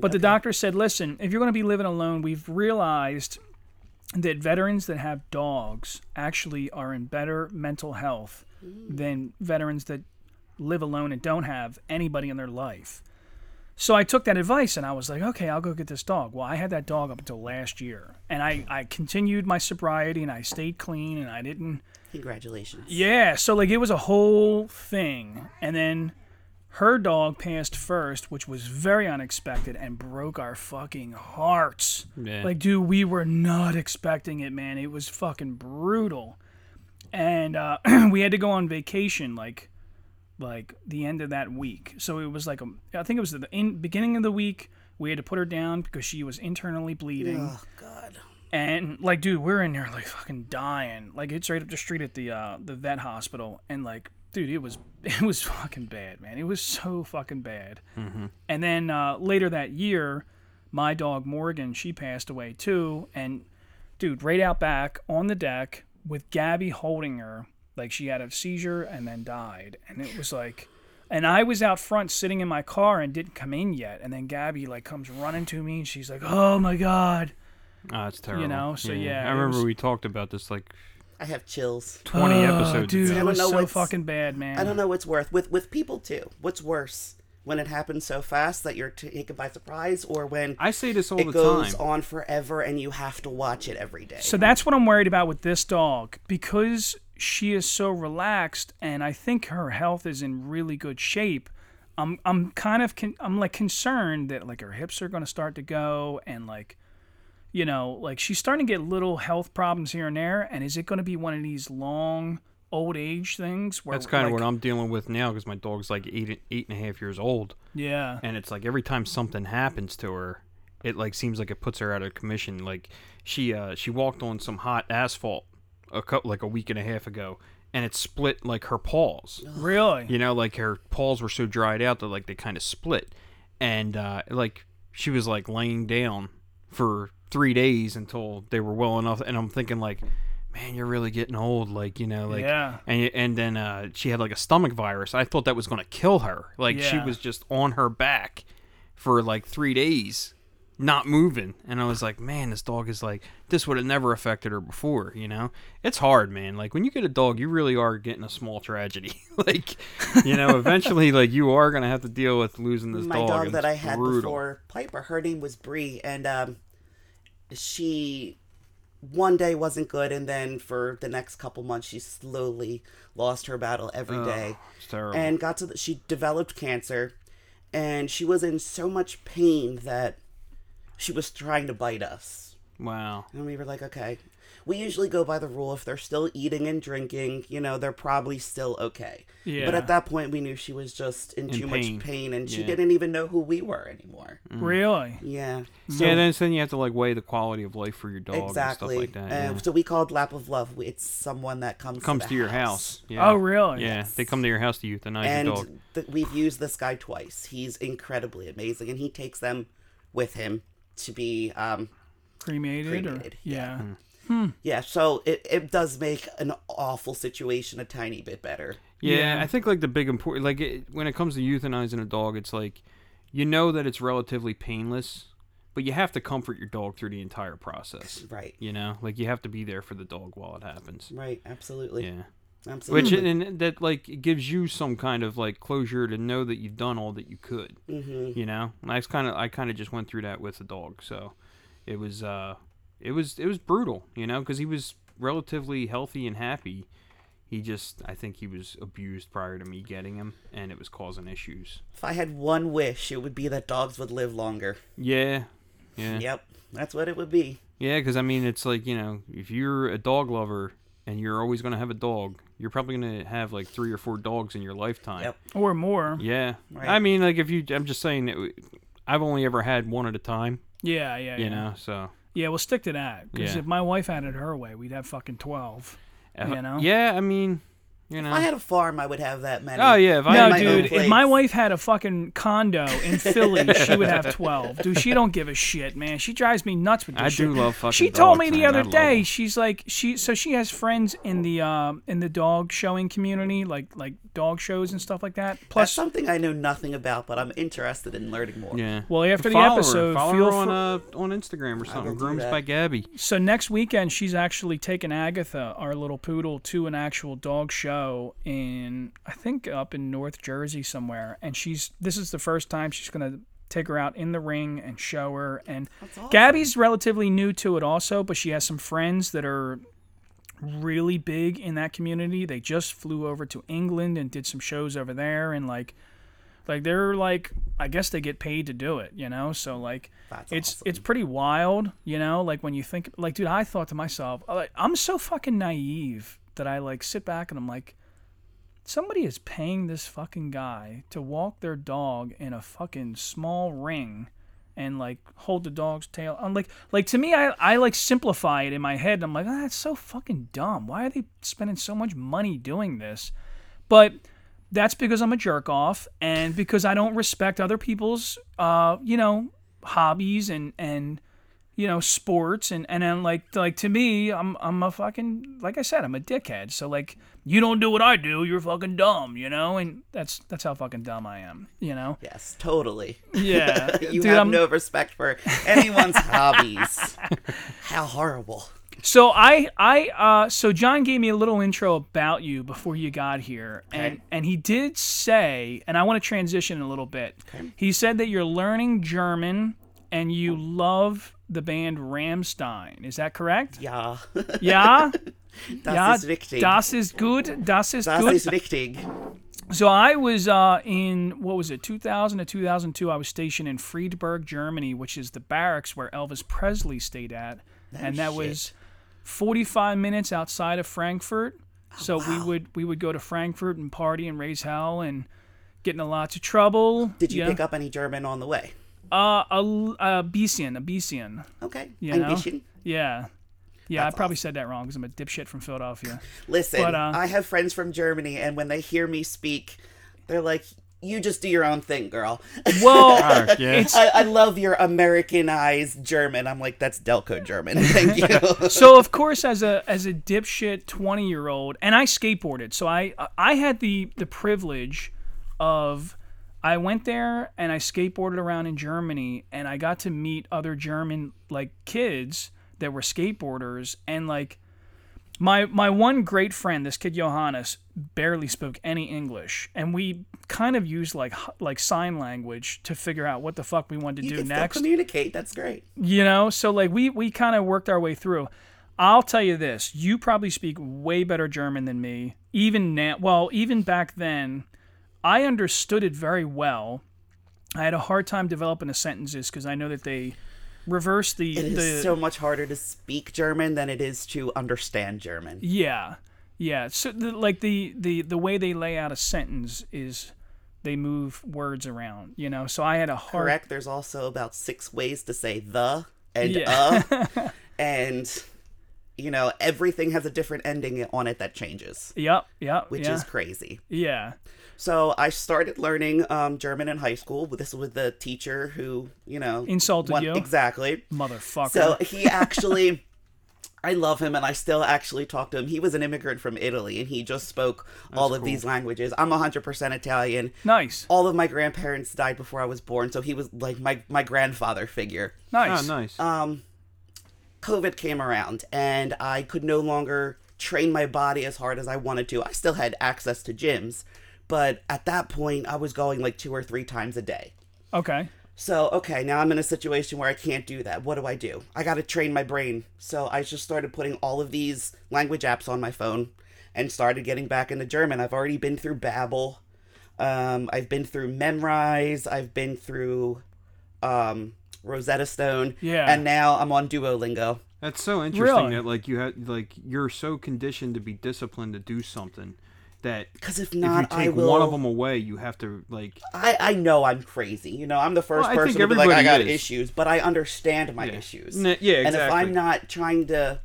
but the doctor said, listen, if you're going to be living alone, we've realized that veterans that have dogs actually are in better mental health than veterans that live alone and don't have anybody in their life. So I took that advice and I was like, okay, I'll go get this dog. Well, I had that dog up until last year and I, I continued my sobriety and I stayed clean and I didn't.
Congratulations.
Yeah. So like it was a whole thing. And then her dog passed first, which was very unexpected and broke our fucking hearts.
Yeah.
Like, dude, we were not expecting it, man. It was fucking brutal. And uh, we had to go on vacation like like the end of that week. So it was like a, I think it was the in, beginning of the week. We had to put her down because she was internally bleeding.
God.
And like, dude, we're in there like fucking dying. Like it's right up the street at the uh the vet hospital and like dude, it was it was fucking bad, man. It was so fucking bad. And then uh later that year, my dog Morgan, she passed away too. And dude, right out back on the deck with Gabby holding her, like she had a seizure and then died. And it was like and I was out front sitting in my car and didn't come in yet. And then Gabby like comes running to me and she's like, "Oh my god."
Oh, it's terrible.
know, so yeah,
I
it
remember
was-
we talked about this like
I have chills.
20
Oh,
episodes.
dude,
ago.
it
don't
was
know
so
what's-
fucking bad, man.
I don't know what's worth with with people too. What's worse when it happens so fast that you're taken by surprise, or when
I say this all
it
the
goes
time.
on forever and you have to watch it every day.
So that's what I'm worried about with this dog because she is so relaxed, and I think her health is in really good shape. I'm I'm kind of con- I'm like concerned that like her hips are going to start to go, and like, you know, like she's starting to get little health problems here and there. And is it going to be one of these long old age things? Where
That's kind
like,
of what I'm dealing with now because my dog's like eight, eight and a half years old,
Yeah.
and it's like every time something happens to her, it like seems like it puts her out of commission. Like she uh she walked on some hot asphalt a couple like a week and a half ago, and it split like her paws.
Really?
You know, like her paws were so dried out that like they kind of split, and uh, like she was like laying down for three days until they were well enough. And I'm thinking like, man, you're really getting old. Like you know, like
Yeah.
And and then uh, she had like a stomach virus. I thought that was gonna kill her. Like she
Yeah.
was just on her back for like three days. Not moving, and I was like, "Man, this dog is like this would have never affected her before." You know, it's hard, man. Like when you get a dog, you really are getting a small tragedy. like, you know, eventually, like you are gonna have to deal with losing this
my
dog.
dog,
and
that I
it's
had
brutal.
before Piper, her name was Bree, and um, she one day wasn't good, and then for the next couple months, she slowly lost her battle every day,
It's terrible.
and got to the, she developed cancer, and she was in so much pain that she was trying to bite us,
wow.
and we were like, okay. We usually go by the rule if they're still eating and drinking, you know, they're probably still okay. But
Yeah.
at that point, we knew she was just in, too
pain.
much pain and she
Yeah. Mm.
didn't even know who we were anymore.
Really?
Yeah,
yeah, then, then you have to like weigh the quality of life for your dog
exactly.
and stuff like that.
Uh,
yeah.
So we called lap of love. It's someone that comes
comes
the
to your house. Yeah.
Oh, really?
Yeah, they come to your house to euthanize your dog.
and th- we've used this guy twice. He's incredibly amazing, and he takes them with him to be. Um,
Cremated,
Cremated,
or yeah.
Mm.
yeah, so it, it does make an awful situation a tiny bit better.
Yeah,
Yeah.
I think like the big important like it, when it comes to euthanizing a dog, it's like you know that it's relatively painless, but you have to comfort your dog through the entire process.
Right.
You know, like you have to be there for the dog while it happens.
Right. Absolutely.
Yeah. Which
Absolutely.
and that like it gives you some kind of like closure to know that you've done all that you could. Mm-hmm. You know, and I kind of I kind of just went through that with a dog, so it was uh it was it was brutal, you know, because he was relatively healthy and happy. He just I think he was abused prior to me getting him, and it was causing issues.
if I had one wish, it would be that dogs would live longer.
Yeah, yeah, yeah.
Yep. That's what it would be.
Because I mean, it's like you know, if you're a dog lover and you're always gonna have a dog, you're probably gonna have like three or four dogs in your lifetime.
Yep.
Or more.
Yeah.
Right.
I mean, like, if you, I'm just saying, that w- I've only ever had one at a time,
Yeah, yeah,
you
yeah.
know, so.
Yeah, we'll stick to that. Because
Yeah.
if my wife had it her way, we'd have fucking 12.
if-
You know?
Yeah, I mean, you know.
If I had a farm, I would have that many.
Uh. oh, yeah. If I
No,
had
my own
dude, if my
place.
wife had a fucking condo in Philly, she would have 12. Dude, she don't give a shit, man. She drives me nuts with this
I
shit.
do love fucking
She told
dogs,
me the
man. I
other
love
day,
them.
she's like she so she has friends in the um in the dog showing community, like like dog shows and stuff like that.
That's
Plus
something I know nothing about, but I'm interested in learning more.
Yeah.
Well, after the
follow
episode,
her. follow
feel
her on,
fr-
uh, on Instagram or
will
something.
do
Grooms
that.
by Gabby.
So next weekend, she's actually taking Agatha, our little poodle, to an actual dog show in, I think, up in North Jersey somewhere. And she's this is the first time she's gonna take her out in the ring and show her. And Gabby's relatively new to it also, but she has some friends that are really big in that community. They just flew over to England and did some shows over there, and like, like they're like, I guess they get paid to do it, you know. So like,
That's
it's
awesome.
it's pretty wild, you know. Like when you think, like, dude, I thought to myself, uh, like, I'm so fucking naive that I like sit back and I'm like. Somebody is paying this fucking guy to walk their dog in a fucking small ring and like hold the dog's tail. I'm like, like to me, I, I like simplify it in my head. I'm like, ah, that's so fucking dumb. Why are they spending so much money doing this? But that's because I'm a jerk off and because I don't respect other people's, uh, you know, hobbies and and you know sports and and then like like to me, I'm I'm a fucking like I said, I'm a dickhead. So like, you don't do what I do, you're fucking dumb, you know. And that's that's how fucking dumb I am, you know.
Yes, totally.
Yeah,
You
Dude,
have
I'm-
no respect for anyone's hobbies. How horrible.
So I I uh so John gave me a little intro about you before you got here and and he did say and I want to transition a little bit. He said that you're learning German and you love the band Ramstein. Is that correct?
Yeah.
Yeah.
Das
ja,
ist wichtig.
das ist gut. Das ist
das
gut.
ist wichtig.
So I was uh, in what was it, 2000 to 2002. I was stationed in Friedberg, Germany, which is the barracks where Elvis Presley stayed at, and that was 45 minutes outside of Frankfurt.
Oh,
so we would we would go to Frankfurt and party and raise hell and get in lots of trouble.
Did you
know?
pick up any German on the way?
Uh, a l- a Besian, a Besian.
Okay.
You
Ein
know?
bisschen.
Yeah, yeah. I probably said that wrong because I'm a dipshit from Philadelphia.
Listen,
But, uh,
I have friends from Germany, and when they hear me speak, they're like, "You just do your own thing, girl."
Well,
Fuck, yeah.
I, I love your Americanized German. I'm like, that's Delco German. Thank you.
so of course as a as a dipshit 20 year old and i skateboarded so i i had the the privilege of i went there and i skateboarded around in germany and i got to meet other german like kids that were skateboarders and like my my one great friend this kid johannes barely spoke any english and we kind of used like h- like sign language to figure out what the fuck we wanted to
you
do
can
next
still communicate. That's great.
you know, so like we we kind of worked our way through. I'll tell you this: you probably speak way better German than me. Even now, well, even back then, I understood it very well. I had a hard time developing the sentences because I know that they reverse the
It is
the
so much harder to speak German than it is to understand German.
yeah yeah. So the, like the the the way they lay out a sentence is they move words around. You know, so I had a hard
Correct. There's also about six ways to say the and
Yeah.
uh, and you know everything has a different ending on it that changes,
Yep, yep,
which
yeah,
is crazy.
yeah,
So I started learning um, German in high school. This was the teacher who, you know,
Insulted you?
Exactly.
motherfucker.
So he actually, I love him, and I still actually talk to him. He was an immigrant from Italy, and he just spoke all of these languages. I'm 100% Italian.
nice,
All of my grandparents died before I was born, so he was like my my grandfather figure.
nice,
Ah, nice.
Uh, COVID came around and I could no longer train my body as hard as I wanted to. I still had access to gyms, but at that point, I was going like two or three times a day.
Okay,
So, okay, now I'm in a situation where I can't do that. What do I do? I got to train my brain. So, I just started putting all of these language apps on my phone and started getting back into German. I've already been through Babbel. Um, I've been through Memrise. I've been through um, Rosetta Stone.
Yeah.
And now I'm on Duolingo.
That's so interesting
Really?
that like you had like you're so conditioned to be disciplined to do something that
Because if
if
not,
you take
I will.
one of them away, you have to like
I, I know I'm crazy. You know, I'm the first
Well, I
person
think
to be like, I
everybody is.
got issues, but I understand my
Yeah.
issues.
N- yeah,
And if
exactly.
I'm not trying to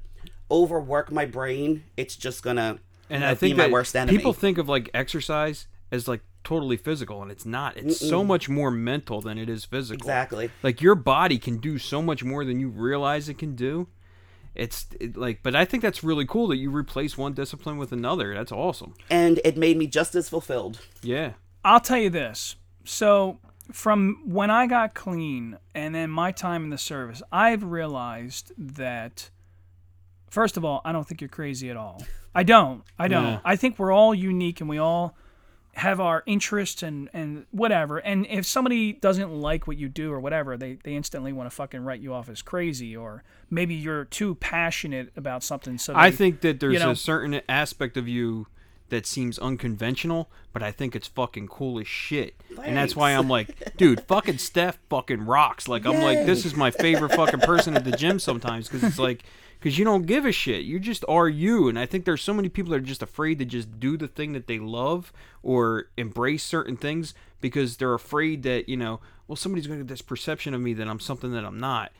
overwork my brain, it's just gonna
and
you know,
I think
be my
that
worst enemy.
People think of like exercise as like totally physical, and it's not. It's so much more mental than it is physical.
Exactly.
Like your body can do so much more than you realize it can do. It's it, like, but I think that's really cool that you replace one discipline with another. That's awesome.
and it made me just as fulfilled.
Yeah.
I'll tell you this. So, from when I got clean and then my time in the service, I've realized that, first of all, I don't think you're crazy at all. I don't. I don't.
Yeah.
I think we're all unique and we all have our interests and, and whatever. And if somebody doesn't like what you do or whatever, they, they instantly want to fucking write you off as crazy or maybe you're too passionate about something. So
I
they-
think that there's
you know-
a certain aspect of you that seems unconventional, but I think it's fucking cool as shit. And that's why I'm like, dude, fucking Steph fucking rocks. Like I'm like, this is my favorite fucking person at the gym sometimes because it's like, because you don't give a shit. You just are you. And I think there's so many people that are just afraid to just do the thing that they love or embrace certain things because they're afraid that, you know, well, somebody's going to get this perception of me that I'm something that I'm not.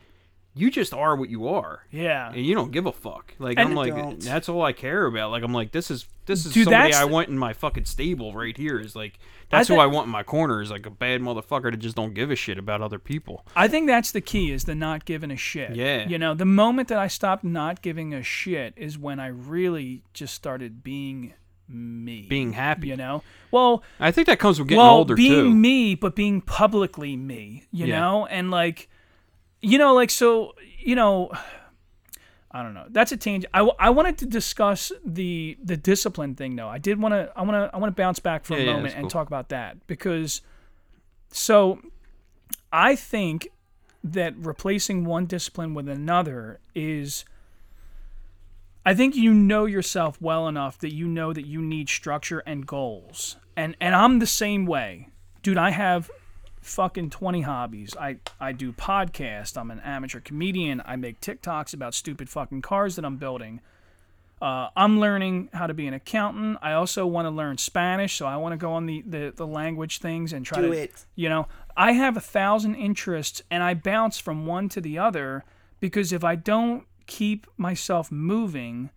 You just are what you are.
Yeah.
And you don't give a fuck. Like
And-
I'm like
Don't.
that's all I care about. Like I'm like this is this is
Dude,
somebody
that's
I
the-
want in my fucking stable right here. Is like that's
thi-
who I want in my corner. Is like a bad motherfucker that just don't give a shit about other people.
I think that's the key is the not giving a shit.
Yeah.
You know, the moment that I stopped not giving a shit is when I really just started being me.
Being happy.
You know? Well,
I think that comes with getting
well,
older
being
too.
me, but being publicly me, you
Yeah.
know, and like, you know, like so, you know, I don't know. That's a tangent. I, w- I wanted to discuss the the discipline thing though. I did want to. I want to. I want to bounce back for
Yeah,
a
yeah,
moment
that's
and
cool.
talk about that because, so, I think that replacing one discipline with another is. I think you know yourself well enough that you know that you need structure and goals. And and I'm the same way. Dude, I have fucking 20 hobbies. I I do podcast, I'm an amateur comedian, I make TikToks about stupid fucking cars that I'm building. Uh, I'm learning how to be an accountant. I also want to learn Spanish, so I want to go on the, the, the language things and try
Do
to
it.
you know, I have a thousand interests and I bounce from one to the other because if I don't keep myself moving,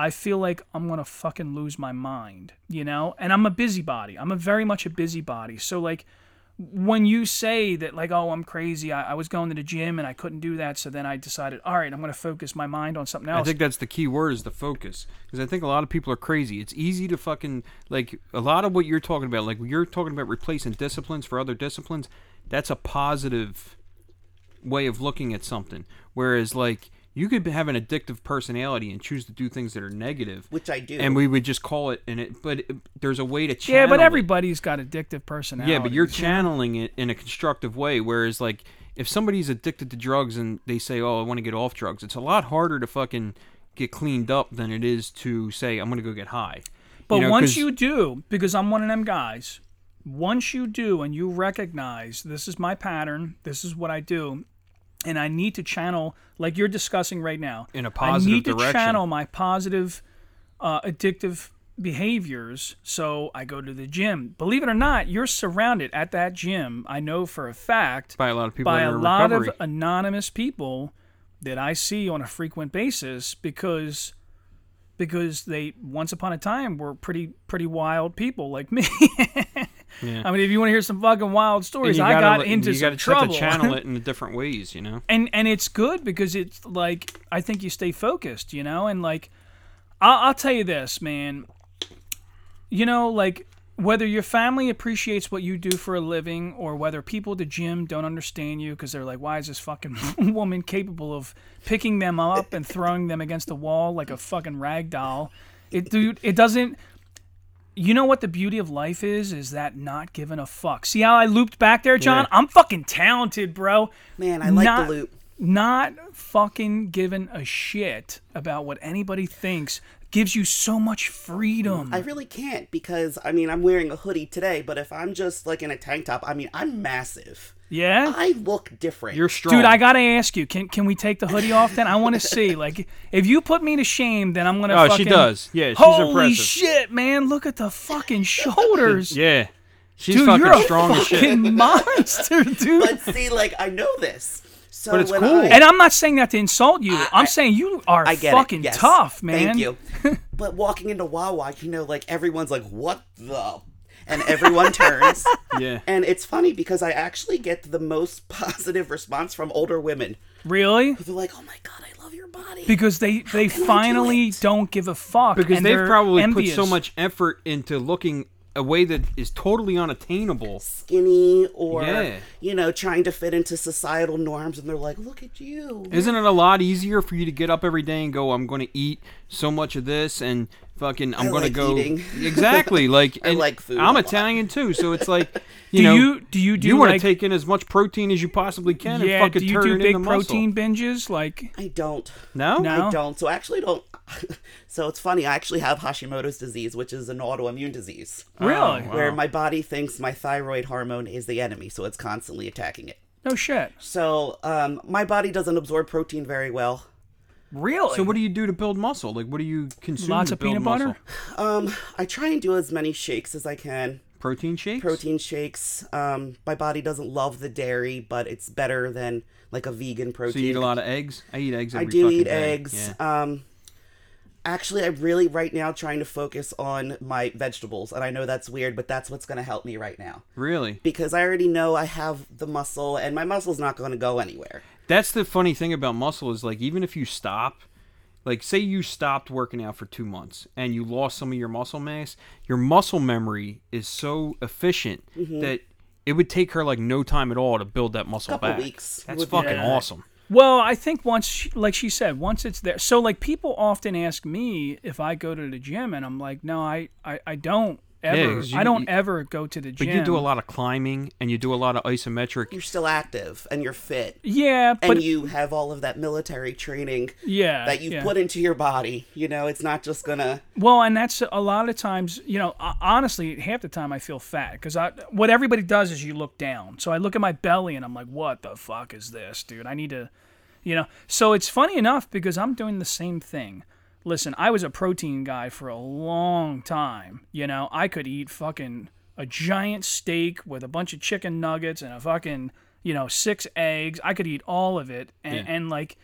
I feel like I'm going to fucking lose my mind, you know? And I'm a busybody. I'm a very much a busybody. So, like, when you say that, like, oh, I'm crazy, I, I was going to the gym and I couldn't do that. So then I decided, all right, I'm going to focus my mind on something
I
else.
think that's the key word is the focus because I think a lot of people are crazy. It's easy to fucking like a lot of what you're talking about. Like when you're talking about replacing disciplines for other disciplines. That's a positive way of looking at something. Whereas like you could have an addictive personality and choose to do things that are negative,
Which I do.
and we would just call it. And it, but it- there's a way to channel.
yeah, but
it.
everybody's got addictive personality.
Yeah, but you're channeling it in a constructive way. Whereas, like, if somebody's addicted to drugs and they say, "Oh, I want to get off drugs," it's a lot harder to fucking get cleaned up than it is to say, "I'm gonna go get high."
But
know,
once
'cause-
you do, because I'm one of them guys, once you do and you recognize this is my pattern, this is what I do, and I need to channel, like you're discussing right now,
In a positive
I need to
direction.
channel my positive, uh, addictive behaviors. So I go to the gym. Believe it or not, you're surrounded at that gym. I know for a fact
By a lot of people
by
that
a
are in
lot of
recovery.
anonymous people that I see on a frequent basis because because they once upon a time were pretty pretty wild people like me. I mean, if you want to hear some fucking wild
And
stories,
you
I
gotta
got
let-
into
you
some
gotta
trouble.
To channel it in different ways, you know.
and and it's good because it's like I think you stay focused, you know, and like I'll, I'll tell you this, man. You know, like whether your family appreciates what you do for a living or whether people at the gym don't understand you because they're like, why is this fucking woman capable of picking them up and throwing them against the wall like a fucking rag doll? It dude, it doesn't. You know what the beauty of life is? Is that not giving a fuck. See how I looped back there, John? I'm fucking talented, bro
Man, I like
not-
the loop.
not fucking giving a shit about what anybody thinks gives you so much freedom.
I really can't because I mean I'm wearing a hoodie today, but if I'm just like in a tank top, I mean I'm massive.
yeah?
I look different.
You're strong,
Dude, I gotta ask you, can can we take the hoodie off then? I wanna see. Like if you put me to shame, then I'm gonna
Oh, she
fucking
does. Yeah, she's
Holy
impressive.
shit, man, look at the fucking shoulders.
Yeah, she's
Dude,
fucking
you're a
strong as shit.
fucking monster, dude.
but see, like I know this. So
But it's
when
cool.
I,
and I'm not saying that to insult you. I, am saying you are
I get it,
fucking
yes.
tough, man.
Thank you. but walking into Wawa, you know, like everyone's like, "What the?" and everyone turns.
Yeah,
And it's funny because I actually get the most positive response from older women.
Really?
They're like, "Oh my god, I love your body."
Because they they
do
finally
it?
do not give a fuck.
because
and
they've
they're
probably
envious.
put so much effort into looking a way that is totally unattainable.
skinny or
Yeah.
you know trying to fit into societal norms and they're like look at you
Isn't it a lot easier for you to get up every day and go, I'm going to eat so much of this and fucking, I'm
I
going
like
to go.
eating.
Exactly. Like,
I
and
like food a
I'm
lot.
Italian too, so it's like, you
Do
know,
you do you do
want
like,
to take in as much protein as you possibly can
yeah?
and fucking
do you
turn
do
it
big
into
protein binges? Like
i don't
muscle. No?
No.
i don't so I actually don't so it's funny i actually have hashimoto's disease which is an autoimmune disease
really?
where my body thinks my thyroid hormone is the enemy so it's constantly attacking it
No shit.
so um, my body doesn't absorb protein very well
Really?
So what do you do to build muscle? Like what do you consume?
Lots
to
of
build
peanut butter?
muscle?
Um, I try and do as many shakes as I can.
Protein shakes.
Protein shakes. Um, my body doesn't love the dairy, but it's better than like a vegan protein.
So you eat a lot of eggs. I eat eggs.
I
Every
do
fucking
eat
day.
eggs.
Yeah.
Um, actually, I'm really right now trying to focus on my vegetables, and I know that's weird, but that's what's going to help me right now
Really?
because I already know I have the muscle, and my muscle's not going to go anywhere.
That's the funny thing about muscle is like even if you stop, like say you stopped working out for two months and you lost some of your muscle mass, your muscle memory is so efficient
Mm-hmm.
that it would take her like no time at all to build that muscle
Couple
back.
weeks
That's
would be
fucking
good.
awesome.
Well, I think once, she, like she said, once it's there. So, like, people often ask me if I go to the gym, and I'm like, no, I, I, I don't
Yeah,
ever.
'cause you-
I don't
you-
ever go to the
But
gym.
you do a lot of climbing and you do a lot of isometric.
You're still active and you're fit,
Yeah,
and
but
you have all of that military training
yeah,
that you
yeah.
put into your body. You know, it's not just going to.
Well, and that's a lot of times, you know, ho- honestly, half the time I feel fat because I what everybody does is you look down. So I look at my belly and I'm like, what the fuck is this, dude? I need to, you know. So it's funny enough because I'm doing the same thing. Listen, I was a protein guy for a long time. You know, I could eat fucking a giant steak with a bunch of chicken nuggets and a fucking, you know, six eggs. I could eat all of it and, and like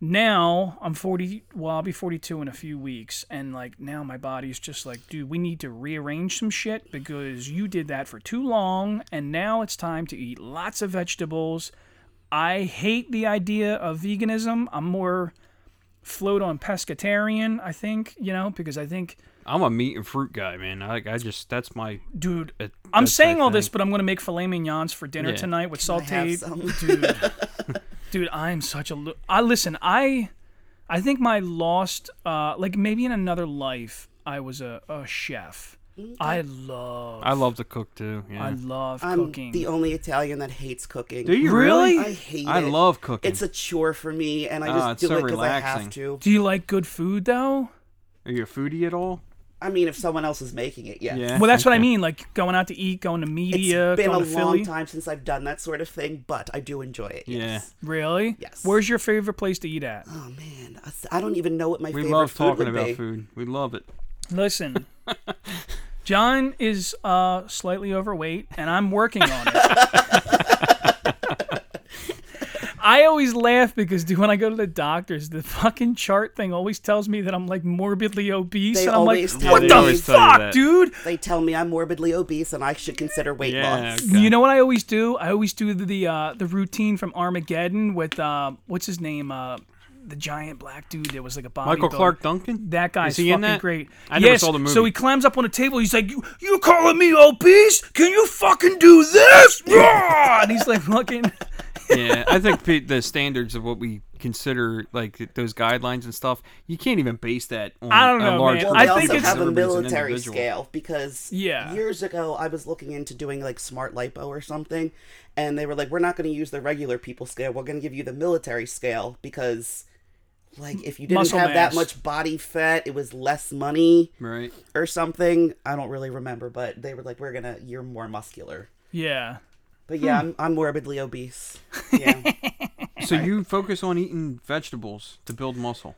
now I'm 40. Well, I'll be 42 in a few weeks, and like now my body's just like, dude, we need to rearrange some shit because you did that for too long, and now it's time to eat lots of vegetables. I hate the idea of veganism. I'm more float on pescatarian. I think you know because I think,
I'm a meat and fruit guy, man. I, I just that's my.
dude.
That-
I'm
that's my
saying all this,
thing.
but I'm gonna make filet mignons for dinner
Yeah.
tonight with
I have
sautéed
some.
dude dude i'm such a lo- i listen i i think my lost uh like maybe in another life i was a, a chef
Mm-hmm.
i love
I love to cook too. Yeah.
i love
I'm
cooking
the only Italian that hates cooking.
do you
Really?
really?
I hate
I
it.
love cooking.
It's a chore for me, and I
Ah,
just
it's
do
so
it because I
relaxing.
have to.
do you like good food though
Are you a foodie at all?
I mean, if someone else is making it, yes.
Yeah.
well that's what i
Okay.
mean like going out to eat going to
It's
media
been a
going
long
to philly
time since I've done that sort of thing, but I do enjoy it.
Yeah.
Yes.
really
Yes.
where's your favorite place to eat at
Oh man, I s- I don't even know what my
We
favorite
love
food
talking
would
about
be.
food. We love it.
listen john is uh slightly overweight and i'm working on it I always laugh because dude, when I go to the doctors, the fucking chart thing always tells me that I'm like morbidly obese,
They
and I'm like,
always tell
what
me
the
always tell you
fuck,
that.
dude?
They tell me I'm morbidly obese and I should consider weight
Yeah.
loss.
okay.
You know what I always do? I always do the the, uh, the routine from Armageddon with uh, what's his name, uh, the giant black dude that was like a bodybuilder.
Michael Clark Duncan.
That guy's
Is he
fucking
in that?
great.
I never
Yes,
saw the movie.
So he climbs up on a table. He's like, "You, you calling me obese? Can you fucking do this?" Rah! and he's like, "Fucking."
yeah, I think the, the standards of what we consider like those guidelines and stuff, you can't even base that on
I don't know,
a large
man.
Well, they
I
group
think
of
also
people.
it's-
have a
Everybody's an
military
individual.
scale because
Yeah.
years ago I was looking into doing like smart lipo or something, and they were like, "We're not going to use the regular people scale. We're going to give you the military scale because, like, if you didn't
Muscle
have
mass.
that much body fat, it was less money
Right.
or something. I don't really remember, but they were like, "We're gonna, you're more muscular."
yeah.
But yeah,
Hmm.
I'm, I'm morbidly obese. Yeah,
So you focus on eating vegetables to build muscle.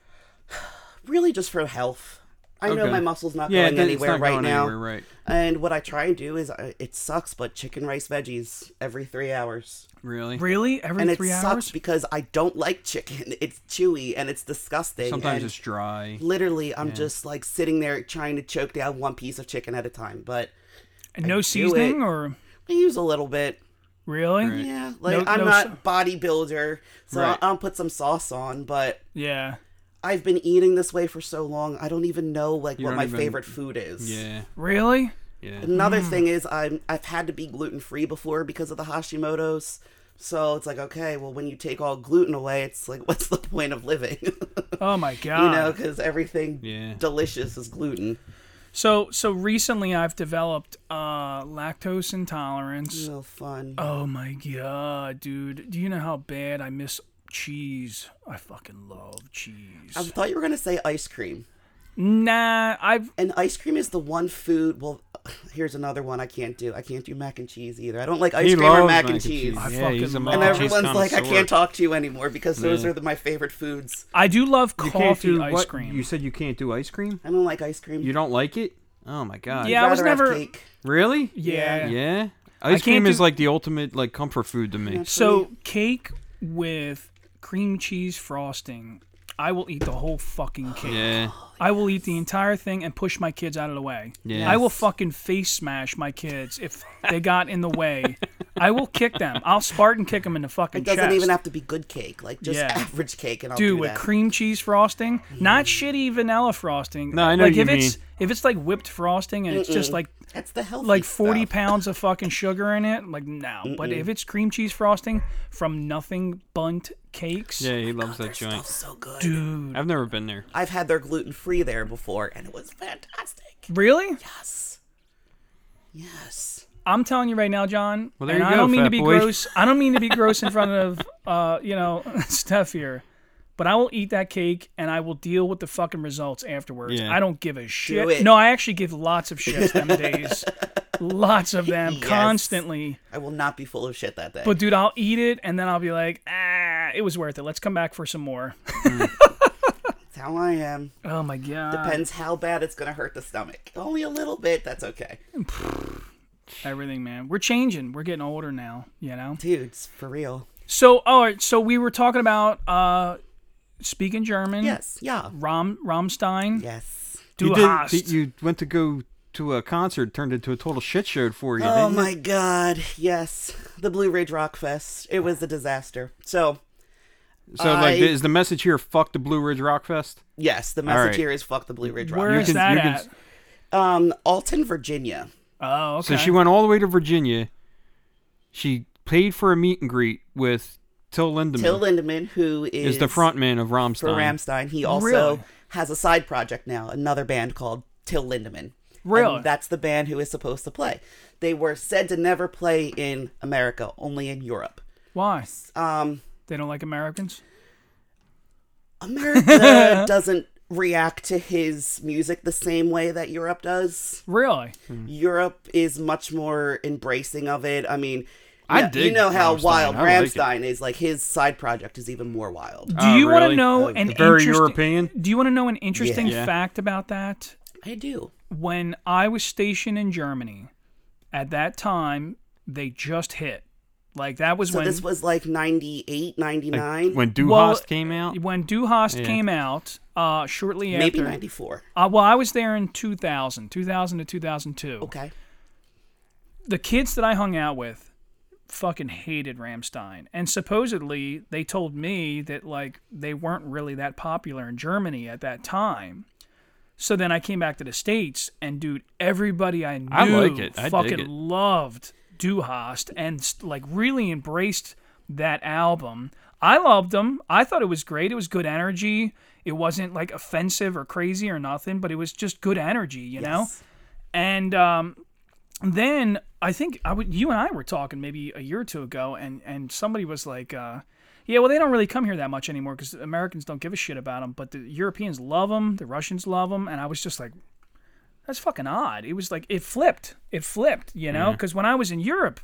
really, just for health. I know
Okay.
my muscle's not
yeah,
going
that- it's
anywhere
not
right
going
now.
Anywhere, right.
And what I try and do is, I, it sucks, but chicken rice veggies every three hours.
Really.
Really? Every
and it
three
sucks
hours?
because I don't like chicken. It's chewy and it's disgusting.
Sometimes
and
it's dry.
literally, I'm just like sitting there trying to choke down one piece of chicken at a time. But
And no
do
seasoning,
it.
or
I use a little bit.
really?
Yeah, like
No-
I'm
no
not
sa-
bodybuilder, so
Right.
I'll, I'll put some sauce on. But
Yeah.
I've been eating this way for so long, I don't even know like what
don't
my
even-
favorite food is.
Yeah.
Really?
Yeah.
Another thing is I'm I've had to be gluten free before because of the Hashimoto's. So it's like okay, well when you take all gluten away, it's like what's the point of living?
Oh my god.
you know, because everything
Yeah.
delicious is gluten.
So so recently I've developed uh, lactose intolerance.
So fun.
Oh my god, dude. Do you know how bad I miss cheese? I fucking love cheese.
I thought you were gonna say ice cream,
Nah, I've
and ice cream is the one food. Well, here's another one I can't do. I can't do mac and cheese either. I don't like ice
He
cream or
loves
mac, and cheese.
I
Yeah, he's a
fucking
mac
And
Oh,
and cheese
everyone's like, I
connoisseur.
can't talk to you anymore because those
Yeah.
are the, my favorite foods.
I do love
You can't
coffee
do
ice
what?
cream.
You said you can't do ice cream.
I don't like ice cream.
You don't like it? Oh my god.
Yeah, I was
Rather have
never-
cake.
Really?
Yeah.
Yeah. Ice
can't
cream is
do-
like the ultimate like comfort food to me.
So cake with cream cheese frosting. I will eat the whole fucking cake.
Yeah.
I will eat the entire thing and push my kids out of the way.
Yes.
I will fucking face smash my kids if they got in the way. I will kick them. I'll Spartan kick them in the fucking
It doesn't
chest.
even have to be good cake. Like just
Yeah.
average cake, and I'll
Dude,
do
with
that.
cream cheese frosting, not shitty vanilla frosting.
Mm. No, I know
like
what you
if it's if it's like whipped frosting and it's just like
That's the healthy
like 40
stuff.
pounds of fucking sugar in it, like no. But if it's cream cheese frosting from nothing bunt cakes,
Yeah, he loves that joint.
Stuff's so good.
dude.
I've never been there.
I've had their gluten free there before, and it was fantastic.
Really?
Yes. Yes.
I'm telling you right now, John.
Well, there
and
you
I
go,
don't mean
fat
to be
boy.
gross. I don't mean to be gross in front of uh, you know, Steph here. But I will eat that cake and I will deal with the fucking results afterwards.
Yeah.
I don't give a shit.
it.
No, I actually give lots of shits them days. Lots of them
Yes.
constantly.
I will not be full of shit that day.
But dude, I'll eat it and then I'll be like, ah, it was worth it. Let's come back for some more.
That's how I am.
Oh my god.
Depends how bad it's gonna hurt the stomach. Only a little bit. That's okay.
Everything, man. We're changing. We're getting older now, you know?
Dudes, for real.
So all right, so we were talking about uh speaking German.
Yes. Yeah.
Rom Romstein.
Yes.
Du
you, did-
hast.
did- you went to go to a concert, turned into a total shit show for you.
Oh
didn't
my
It?
god. Yes. The Blue Ridge Rock Fest. It was a disaster. So
So like,
I-
is the message here? Fuck the Blue Ridge Rock Fest.
yes, the message
right.
here is fuck the Blue Ridge Rock.
Where
You
is
can-
that
you can-
at?
Um, Alton, Virginia.
Oh,
So
okay.
she went all the way to Virginia. She paid for a meet and greet with Till Lindemann,
Till Lindemann, who is,
is the front man of Rammstein.
for Ramstein. He also
Really?
has a side project now, another band called Till Lindemann.
Really?
And that's the band who is supposed to play. They were said to never play in America, only in Europe.
Why?
Um,
They don't like Americans?
America doesn't react to his music the same way that Europe does.
Really?
Mm.
Europe is much more embracing of it. I mean,
I
yeah, you
dig
know how
Rammstein.
wild
I like it. Uh,
Ramstein is. Like his side project is even more wild.
Do you want to
really?
know
Oh,
an
Very
interest-
European.
Do you want to know an interesting
Yeah.
fact about that?
I do.
When I was stationed in Germany, at that time they just hit. Like that was
So
when
this was like 98, 99,
When Du
Well,
Hast came out,
when Du Hast came out uh shortly
maybe
after
94.
uh, well, I was there in 2000, 2000 to 2002.
Okay.
the kids that I hung out with fucking hated Ramstein. And supposedly they told me that like they weren't really that popular in Germany at that time. So then I came back to the States and dude, everybody I knew
I like it. I dig
fucking
it.
loved Du Hast and s- like really embraced that album. I loved them. I thought it was great. It was good energy. It wasn't like offensive or crazy or nothing, but it was just good energy, you know? And um, then I think I would, you and I were talking maybe a year or two ago, and and somebody was like, uh, "Yeah, well, they don't really come here that much anymore because Americans don't give a shit about them, but the Europeans love them, the Russians love them," and I was just like, "That's fucking odd." It was like it flipped, it flipped, you know? Because when I was in Europe,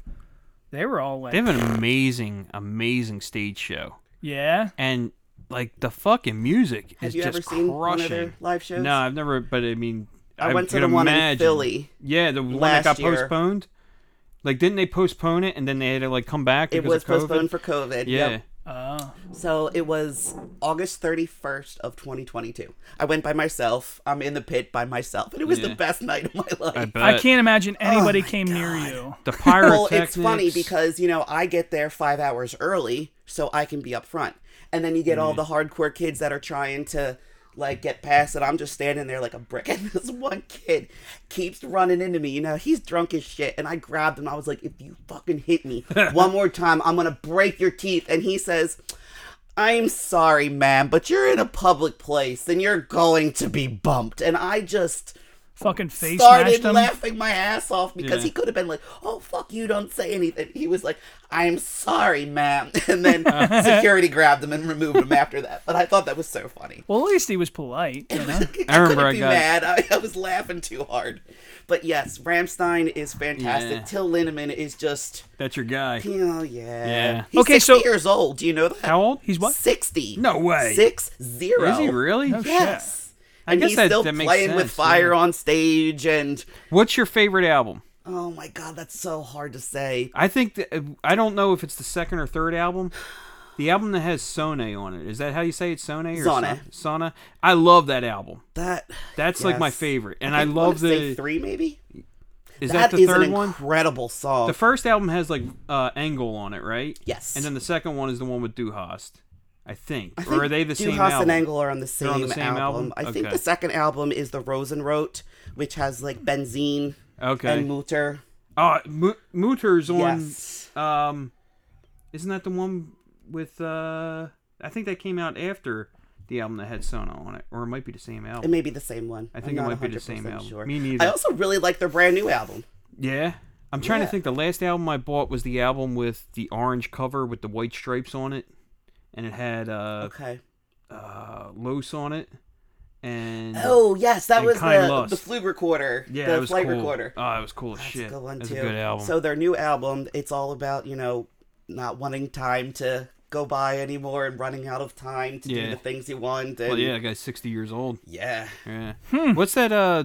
they were all like,
Mm-hmm. they have an amazing, amazing stage show,
"Yeah,
and like the fucking music
Have
is
you
just
ever seen one of
crushing.
their live shows?
No, I've never. But I mean,
I went to
could
the one in
imagine.
Philly
Yeah, the one that
last
got
year.
postponed. Like, didn't they postpone it and then they had to like come back?
It
because
was
of COVID?
postponed for COVID.
Yeah,
Yep. So it was August 31st of 2022. I went by myself. I'm in the pit by myself. And it was the
Yeah.
best night of my life.
I bet.
I can't imagine
Oh
anybody came near you."
The pirate.
well, it's funny because, you know, I get there five hours early so I can be up front. And then you get all the hardcore kids that are trying to, like, get past it. I'm just standing there like a brick. And this one kid keeps running into me. You know, he's drunk as shit. And I grabbed him. I was like, if you fucking hit me one more time, I'm going to break your teeth. And he says, I'm sorry, ma'am, but you're in a public place and you're going to be bumped. And I just
fucking face
started
mashed him.
laughing my ass off because
Yeah.
he could have been like, "Oh fuck you, don't say anything." He was like, "I'm sorry, ma'am," and then security grabbed him and removed him after that. But I thought that was so funny.
Well, at least he was polite. You know?
I remember
couldn't
I
be
got
mad. I, I was laughing too hard. But yes, Ramstein is fantastic.
Yeah.
Till Lindemann is just,
that's your guy.
you know, yeah.
Yeah.
He's
Okay,
60
so-
years old. Do you know that?
How old?
He's what?
60.
No way.
Six zero.
Is he really?
No shit.
Yes.
I
and
guess
he's
that-
still
that makes
playing with
sense,
fire
yeah.
on stage and
What's your favorite album?
oh my god, that's so hard to say.
I think that, I don't know if it's the second or third album. The album that has Sone on it. Is that how you say it? Sone or
Sone.
Son- Sona? I love that album.
That
That's like my
Yes.
favorite. And
think
I,
you
love
wanna say
the
three maybe.
Is that,
That
the
is
third
an
one?
incredible song.
The first album has like uh angle on it, right?
Yes.
And then the second one is the one with Duhast, I think.
I
or are they the
Duhast
same
and
album?
Angle are on the same,
They're on the same
album.
album?
I think
Okay.
the second album is the Rosenrot, which has like Benzene
Okay.
and Mutter.
oh, Mu- Muter's on.
Yes.
Um, isn't that the one with? uh I think that came out after the album that had Sona on it, or it might be the same
It
album.
may be the same one.
I think
I'm
it
not
might be the same
100%
album.
Sure.
Me neither.
I also really like their brand new album.
yeah. I'm trying
Yeah.
to think. The last album I bought was the album with the orange cover with the white stripes on it, and it had uh,
Okay.
uh Los on it, and
Oh yes, that
and
was
Kind
the,
Lust.
the flute recorder.
yeah,
the
it was
flight
cool.
recorder.
Oh, it was cool as
That's
shit.
a good one
That's
too.
a good album.
So their new album, it's all about you know not wanting time to go by anymore and running out of time to do
Yeah.
the things you want. And
well, yeah, that guy's 60 years old.
yeah.
Yeah.
Hmm.
What's that? Uh,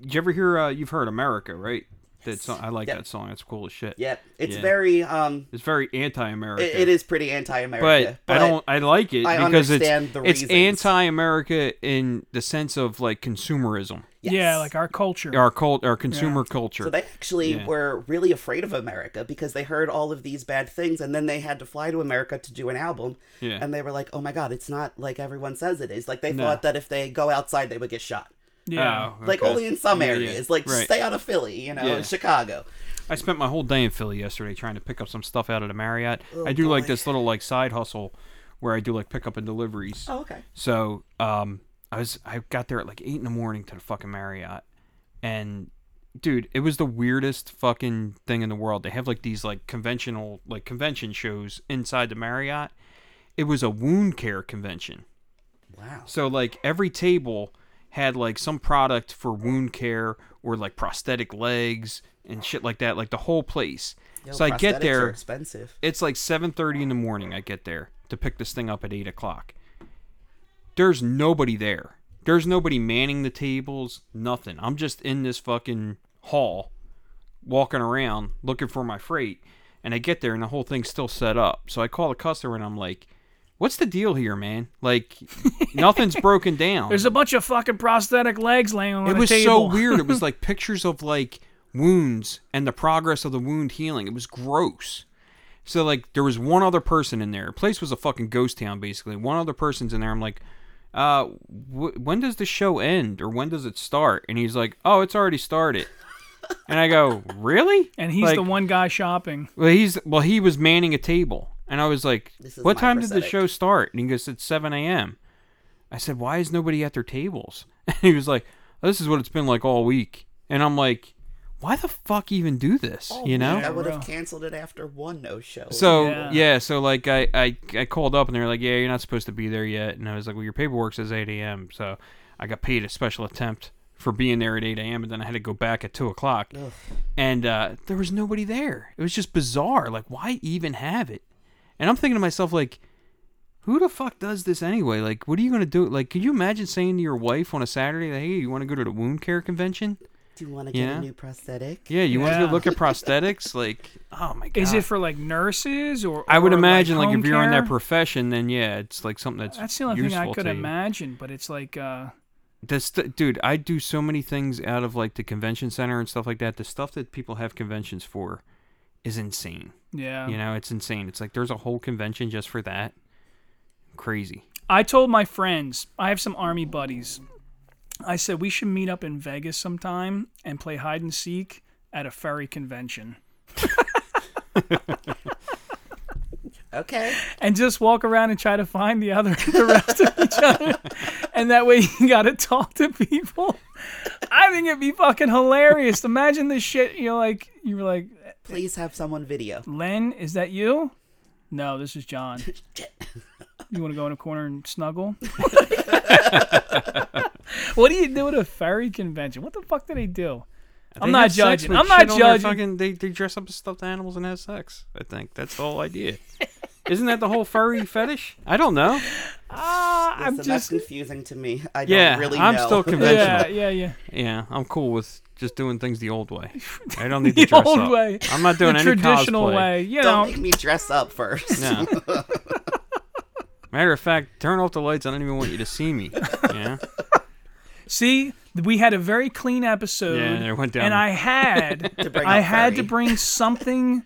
did you ever hear? Uh, you've heard America, right? That song. I like
Yep.
that song. That's cool as shit.
Yep. It's
Yeah.
very um
It's very anti-America.
it, it is pretty anti-America.
But, I don't. I like it
I
because
understand
it's
the
it's
reasons.
anti-America in the sense of like consumerism,
yes.
Yeah, like our culture.
our cult, our consumer culture.
So they actually were really afraid of America because they heard all of these bad things and then they had to fly to America to do an album.
Yeah.
And they were like, "Oh my god, it's not like everyone says it is." Like they thought that if they go outside they would get shot.
yeah.
Oh,
Like
okay.
only in some
Yeah, yeah.
areas. Like
Right.
stay out of Philly, you know,
Yeah.
Chicago.
I spent my whole day in Philly yesterday trying to pick up some stuff out of the Marriott. I do like this little like side hustle where I do like pickup and deliveries.
Oh, okay.
So um, I was I got there at like eight in the morning to the fucking Marriott, and dude, it was the weirdest fucking thing in the world. They have like these like conventional like convention shows inside the Marriott. It was a wound care convention.
Wow.
So like every table had like some product for wound care or like prosthetic legs and shit like that, like the whole place. so I get
Prosthetics are
there,
expensive.
it's like 7:30 in the morning. I get there to pick this thing up at eight o'clock. There's nobody there. There's nobody manning the tables. Nothing. I'm just in this fucking hall, walking around looking for my freight. And I get there and the whole thing's still set up. So I call the customer and I'm like, "What's the deal here, man? Like, nothing's broken down."
There's a bunch of fucking prosthetic legs laying on
it
a
was so
table.
weird. It was like pictures of like wounds and the progress of the wound healing. It was gross. So like there was one other person in there. The place was a fucking ghost town basically. One other person's in there. I'm like, uh, wh- when does the show end or when does it start? And he's like, oh, it's already started. and I go, really?
And he's
Like,
the one guy shopping.
Well, he's well, he was manning a table, and I was like,
This is
"What
my
time did the
prosthetic.
show start?" And he goes, "It's seven a.m." I said, "Why is nobody at their tables?" And he was like, "This is what it's been like all week." And I'm like, "Why the fuck even do this?" you know?
I would have canceled it after one no show.
So
Oh, Yeah.
yeah. so like I, I I called up and they were like, yeah, you're not supposed to be there yet, and I was like, well, your paperwork says 8 a.m. So I got paid a special attempt for being there at 8 a.m. and then I had to go back at two o'clock, and uh, there was nobody there. It was just bizarre. Like, why even have it? And I'm thinking to myself like. Who the fuck does this anyway? Like, what are you gonna do? Like, could you imagine saying to your wife on a Saturday, like, "Hey, you want to go to the wound care convention?
do you want to get
Yeah.
a new prosthetic?
Yeah, you want to
Yeah.
go look at prosthetics? Like, oh my god,
Is it for like nurses or?
I would
or,
imagine like,
home
if you're in that
care?
profession, then yeah, it's like something that's
That's the only thing
useful
I could
to you.
imagine, but it's like, uh,
The st- dude, I do so many things out of like the convention center and stuff like that. The stuff that people have conventions for is insane.
yeah.
You know, it's insane. It's like there's a whole convention just for that. Crazy.
I told my friends, I have some army buddies. I said we should meet up in Vegas sometime and play hide and seek at a furry convention
Okay.
and just walk around and try to find the other the rest of each other. And that way you got to talk to people. I I think it'd be fucking hilarious. Imagine this shit. You're like, you were like,
Please have someone video.
Len, is that you? No, this is John. You want to go in a corner and snuggle? what do you do at a furry convention? What the fuck do they do? I'm
They
not
have sex
judging.
with
I'm not
shit on their
judging.
Fucking, they, they dress up as stuffed animals and have sex. I think that's the whole idea. Isn't that the whole furry fetish? I don't know.
Ah, I'm
Listen, that's
just.
confusing to me. I
Yeah,
don't really know.
I'm still conventional.
Yeah, yeah, yeah.
Yeah, I'm cool with just doing things the old way. I don't need to
The
dress
old
up.
way.
I'm not doing
the
any
traditional
cosplay.
way. You
Don't
know,
make me dress up first.
No. Matter of fact, turn off the lights. I don't even want you to see me. Yeah.
see, we had a very clean episode.
Yeah, and it went down.
And I had,
bring
I
up
had to
furry.
bring something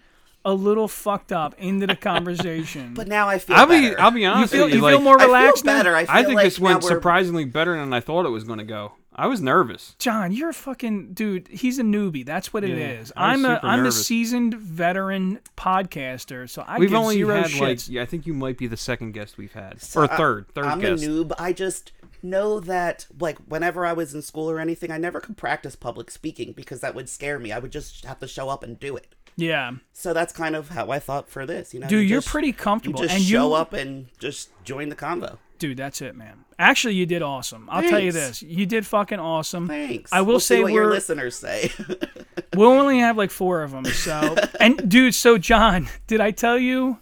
a little fucked up into the conversation.
But now I feel
I'll be
better.
I'll be honest
you feel,
with you.
you
like,
feel more
I feel
relaxed now?
better. I, feel
I think
like
this went
now we're-
surprisingly better than I thought it was going to go. I was nervous.
John, you're a fucking dude. He's a newbie. That's what it
Yeah,
is.
I
I'm
was
a
super
I'm a
nervous.
seasoned veteran podcaster, so I
We've
give
only
zero
had
shits.
like yeah, I think you might be the second guest we've had or third, third
I'm
guest.
a noob. I just know that, like, whenever I was in school or anything, I never could practice public speaking because that would scare me. I would just have to show up and do it.
yeah,
So that's kind of how I thought for this. You know,
dude,
you
you're
just-
pretty
You
comfortable,
just
and
show
you,
up and just join the convo.
dude. That's it, man. Actually, you did awesome. I'll tell you
Thanks.
this: you did fucking awesome.
Thanks.
I will
We'll see
say
what
we're
your listeners say.
we'll only have like four of them. So, and dude, so John, did I tell you?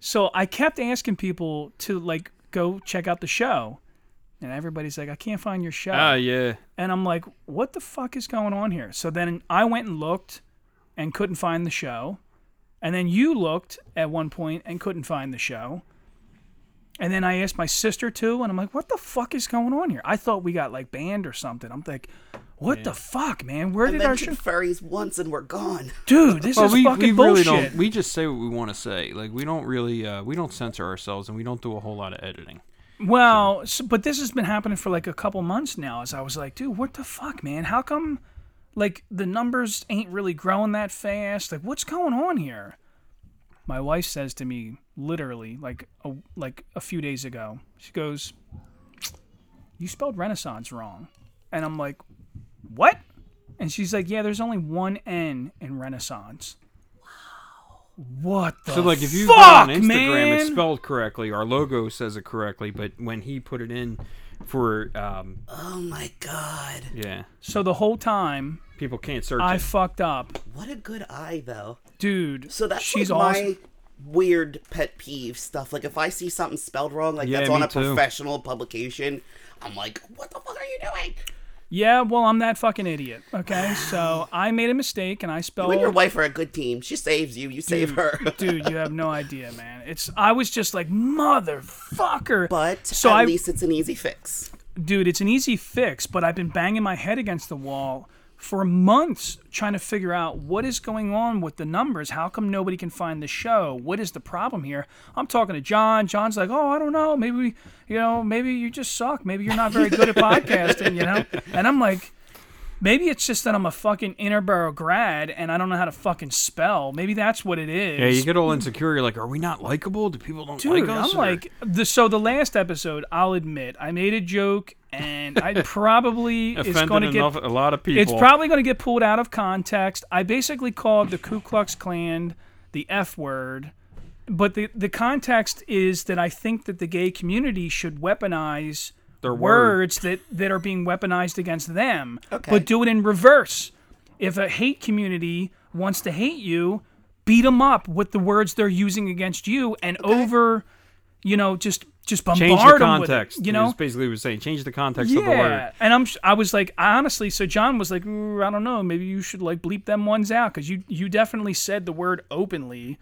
So I kept asking people to like go check out the show, and everybody's like, "I can't find your show."
Ah, yeah.
And I'm like, what the fuck is going on here? So then I went and looked and couldn't find the show. And then you looked at one point and couldn't find the show. And then I asked my sister too, and I'm like, what the fuck is going on here? I thought we got like banned or something. I'm like, what the fuck, man? Where
I
did our show?
mentioned furries once and we're gone.
Dude, this
Well,
is
we,
fucking
we really
bullshit.
don't. We just say what we want to say. Like we don't really uh, we don't censor ourselves and we don't do a whole lot of editing.
Well, s but this has been happening for like a couple months now. As I was like, dude, what the fuck, man? How come, like, the numbers ain't really growing that fast? Like, what's going on here? My wife says to me, literally, like, a, like a few days ago, she goes, "You spelled Renaissance wrong," and I'm like, "What?" And she's like, "Yeah, there's only one N in Renaissance." What the
So like if you
fuck,
go on Instagram,
man?
it's spelled correctly. Our logo says it correctly, but when he put it in for um,
Oh my god.
yeah,
so the whole time
people can't search.
I
it.
fucked up.
What a good eye though.
dude.
So that's
she's
like
awesome.
my weird pet peeve stuff. Like if I see something spelled wrong, like
Yeah,
that's on
me
a
too.
professional publication, I'm like, what the fuck are you doing?
Yeah, well, I'm that fucking idiot. Okay, so I made a mistake and I spelled.
You and your wife are a good team. She saves you. You save her.
Oh. dude, you have no idea, man. It's I was just like motherfucker.
But
so
at
I,
least it's an easy fix.
dude, it's an easy fix, but I've been banging my head against the wall for months trying to figure out what is going on with the numbers. How come nobody can find the show? What is the problem here? I'm talking to John. John's like, "Oh, I don't know. Maybe we, you know, maybe you just suck. Maybe you're not very good at podcasting, you know?" And I'm like, Maybe it's just that I'm a fucking inner borough grad and I don't know how to fucking spell. Maybe that's what it is.
yeah, you get all insecure. You're like, are we not likable? Do people don't
Dude,
like us?
I'm
or-
like the so the last episode. I'll admit I made a joke, and I probably is
offended
going to
enough,
get
a lot of people.
it's probably going to get pulled out of context. I basically called the Ku Klux Klan the F word, but the the context is that I think that the gay community should weaponize
Their word.
words that that are being weaponized against them,
Okay.
but do it in reverse. If a hate community wants to hate you, beat them up with the words they're using against you, and over, you know, just just bombard
change the
'em with it,
context.
you know,
It's basically what we're saying. Change the context
yeah.
of the word.
And I'm I was like I honestly so John was like "Ooh, I don't know maybe you should like bleep them ones out cuz you you definitely said the word openly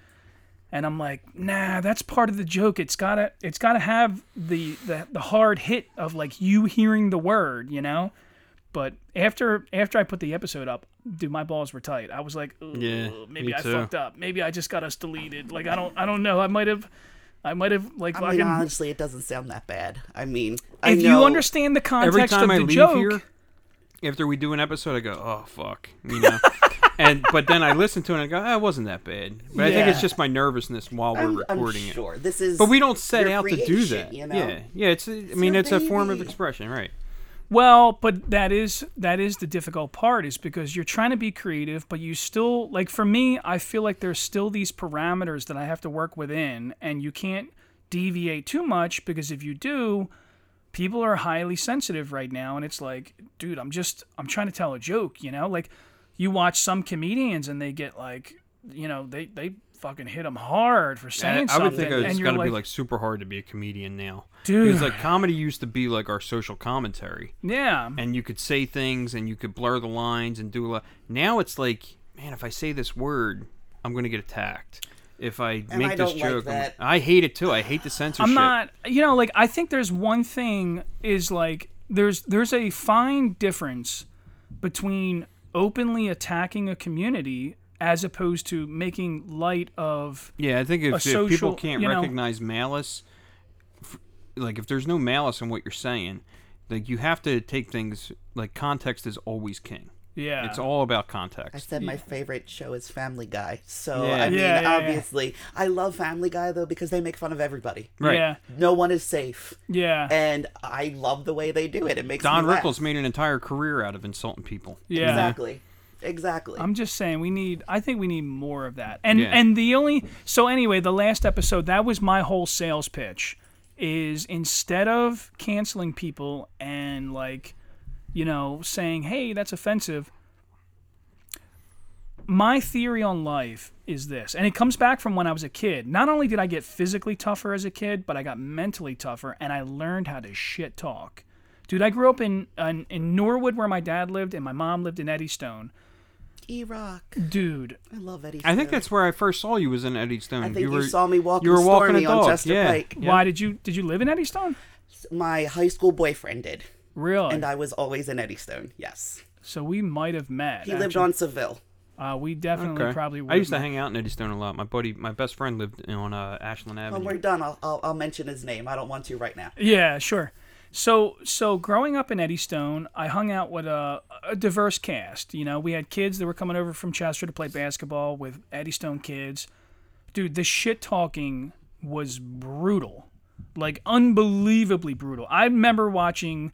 and I'm like nah that's part of the joke it's got to it's got to have the, the the hard hit of like you hearing the word you know but after after I put the episode up dude my balls were tight I was like "Ooh,
Yeah,
maybe
me
I
too.
fucked up maybe I just got us deleted like I don't I don't know I might have I might have like
I mean,
fucking-
honestly, it doesn't sound that bad. I mean, I
if
know,
you understand the
Every
context of
time
the
I leave
joke
here, after we do an episode, I go, oh fuck, you know. and but then I listen to it and I go, ah, it wasn't that bad. But I think
Yeah.
it's just my nervousness while we're
I'm, I'm
recording it.
sure this is.
But we don't set
your
out to do
creation,
that.
You know?
Yeah, yeah. It's. a- I mean,
your
it's a form of
baby.
expression, right?
Well, but that is that is the difficult part is because you're trying to be creative, but you still like for me, I feel like there's still these parameters that I have to work within and you can't deviate too much because if you do, people are highly sensitive right now and it's like, dude, I'm just I'm trying to tell a joke, you know? Like you watch some comedians and they get like, you know, they they fucking hit them hard for saying
I
something.
would think it's
and you're
got to be like super hard to be a comedian now.
Dude.
Because like comedy used to be like our social commentary,
yeah.
and you could say things and you could blur the lines and do a lot. Now it's like, man, if I say this word, I'm gonna get attacked. If I
I
make this
don't like
joke, I'm-
that.
I hate it too. I hate the censorship.
I'm not, you know, like I think there's one thing is like there's there's a fine difference between openly attacking a community as opposed to making light of
Yeah, I think if,
a
if
social-
people can't
you know-
recognize malice, f- like if there's no malice in what you're saying, like you have to take things like context is always king.
yeah.
It's all about
I
context.
said my favorite show is Family Guy. So,
Yeah.
I mean,
Yeah, yeah, yeah.
obviously, I love Family Guy, though, because they make fun of everybody.
right.
Yeah.
No one is safe.
Yeah.
And I love the way they do it. It makes
Don
me laugh.
Rickles made an entire career out of insulting people.
yeah.
Exactly. Exactly.
I'm just saying we need I think we need more of that. And
Yeah.
and the only so anyway, the last episode that was my whole sales pitch is instead of canceling people and like you know saying, "Hey, that's offensive." My theory on life is this, and it comes back from when I was a kid. Not only did I get physically tougher as a kid, but I got mentally tougher and I learned how to shit talk. Dude, I grew up in, in in Norwood where my dad lived and my mom lived in Eddystone.
E Rock.
Dude,
I love Eddie.
I think
Stone.
that's where I first saw you was in Eddie Stone.
I think you,
were,
saw me walking
you were walking
Stormy
a dog.
on Chester
yeah.
Pike.
Yeah.
Why did you did you live in Eddystone?
My high school boyfriend did.
Really?
And I was always in Eddystone. Yes.
so we might have met.
He lived
actually.
on Seville.
Uh, we definitely
Okay.
probably. Would
I used to
have
hang out in Eddie Stone a lot. My buddy, my best friend lived on uh, Ashland
When
Avenue.
we're done, I'll, I'll, I'll mention his name. I don't want to right now.
met. Yeah, sure. So so growing up in Eddystone, I hung out with a, a diverse cast. You know, we had kids that were coming over from Chester to play basketball with Eddystone kids. Dude, the shit talking was brutal, like unbelievably brutal. I remember watching.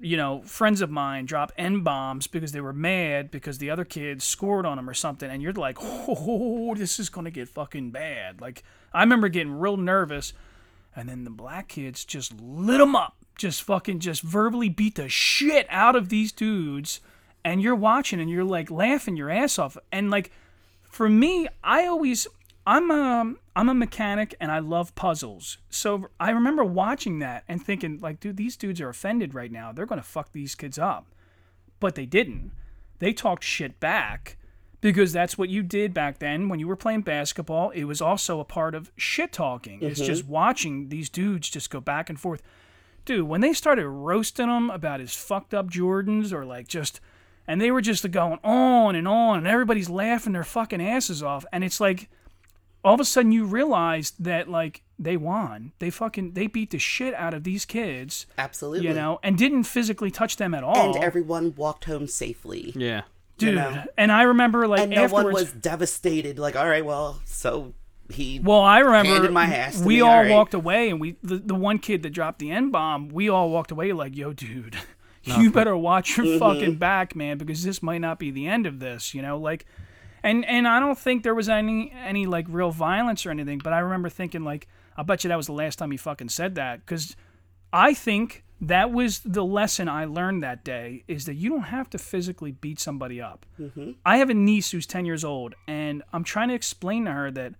you know, friends of mine drop N bombs because they were mad because the other kids scored on them or something. And you're like, oh, this is going to get fucking bad. Like, I remember getting real nervous. And then the black kids just lit them up, just fucking, just verbally beat the shit out of these dudes. And you're watching and you're like laughing your ass off. And like, for me, I always I'm a I'm a mechanic and I love puzzles. So I remember watching that and thinking like, dude, these dudes are offended right now. They're gonna fuck these kids up, but they didn't. They talked shit back because that's what you did back then when you were playing basketball. It was also a part of shit talking. It's
Mm-hmm.
just watching these dudes just go back and forth. Dude, when they started roasting him about his fucked up Jordans or like just and they were just going on and on and everybody's laughing their fucking asses off and it's like all of a sudden you realize that like they won they fucking they beat the shit out of these kids
Absolutely.
you know and didn't physically touch them at all
And everyone walked home safely.
Yeah.
dude
know.
and i remember like
and no
afterwards
one was devastated. Like, all right, well, so he.
well i remember
handed my ass to E
we
me,
all
all right.
walked away and we the, the one kid that dropped the n-bomb we all walked away like yo dude you better watch your fucking back man because this might not be the end of this you know like and and I don't think there was any any like real violence or anything. But I remember thinking like, I bet you that was the last time he fucking said that because I think that was the lesson I learned that day is that you don't have to physically beat somebody up. I have a niece who's ten years old, and I'm trying to explain to her that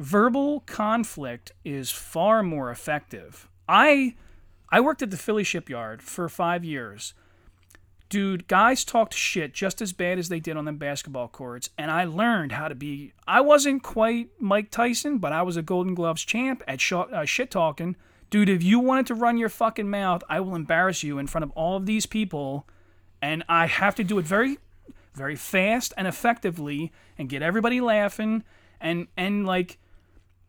verbal conflict is far more effective. I I worked at the Philly shipyard for five years dude, guys talked shit just as bad as they did on them basketball courts, and I learned how to be. I wasn't quite Mike Tyson, but I was a Golden Gloves champ at sh- uh, shit talking. Dude, if you wanted to run your fucking mouth, I will embarrass you in front of all of these people, and I have to do it very, very fast and effectively, and get everybody laughing, and and like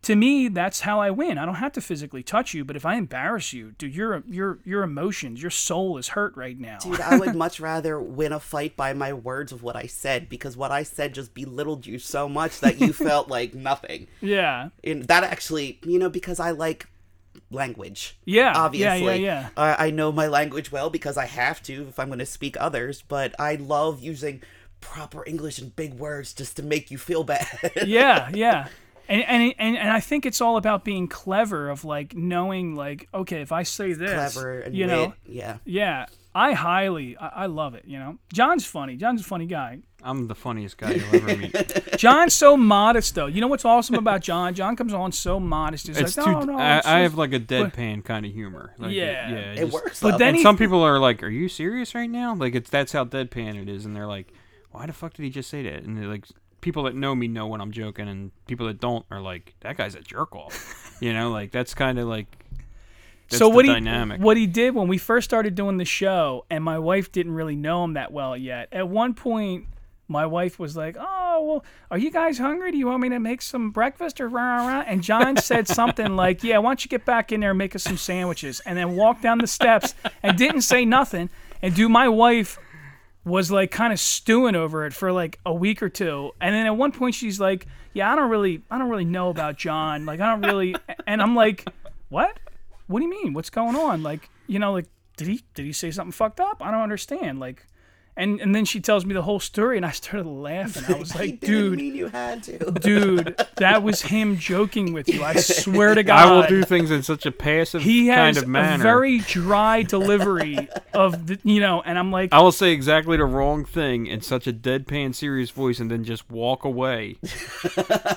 to me, that's how I win. I don't have to physically touch you, but if I embarrass you, dude, your your your emotions, your soul is hurt right now.
Dude, I would much rather win a fight by my words of what I said because what I said just belittled you so much that you felt like nothing.
Yeah.
And that actually, you know, because I like language.
Yeah, yeah, yeah,
obviously.
yeah.
I, I know my language well because I have to if I'm going to speak others, but I love using proper English and big words just to make you feel bad.
yeah, yeah. And, and, and and I think it's all about being clever of like knowing like okay if I say this
Clever and
you
wit.
know
Yeah.
yeah I highly I, I love it you know John's funny John's a funny guy
I'm the funniest guy you'll ever meet.
John's so modest though you know what's awesome about John John comes on so modest he's
It's
like "Oh,
too.
no no
I,
it's
I
just-"
have like a deadpan kind of humor. Like,
Yeah.
yeah,
It
It
just-
works.
but
though.
then
And
he-
some people are like, "Are you serious right now?" Like it's that's how deadpan it is, and they're like, "Why the fuck did he just say that?" And they're like, people that know me know when I'm joking, and people that don't are like, "That guy's a jerk off," you know? Like that's kind of like that's
so
the
what
dynamic.
he what he did when we first started doing the show and my wife didn't really know him that well yet at one point my wife was like oh well are you guys hungry do you want me to make some breakfast or rah, rah, rah? and john said something like yeah why don't you get back in there and make us some sandwiches and then walk down the steps and didn't say nothing and do my wife was like kind of stewing over it for like a week or two and then at one point she's like yeah i don't really i don't really know about john like i don't really and i'm like what what do you mean what's going on like you know like did he did he say something fucked up i don't understand like and and then she tells me the whole story and i started laughing i was
He
like
didn't
dude
mean you had to.
dude that was him joking with you i swear to god
I will do things in such a passive
he has
kind of manner.
a very dry delivery of the, you know and i'm like
I will say exactly the wrong thing in such a deadpan serious voice and then just walk away. and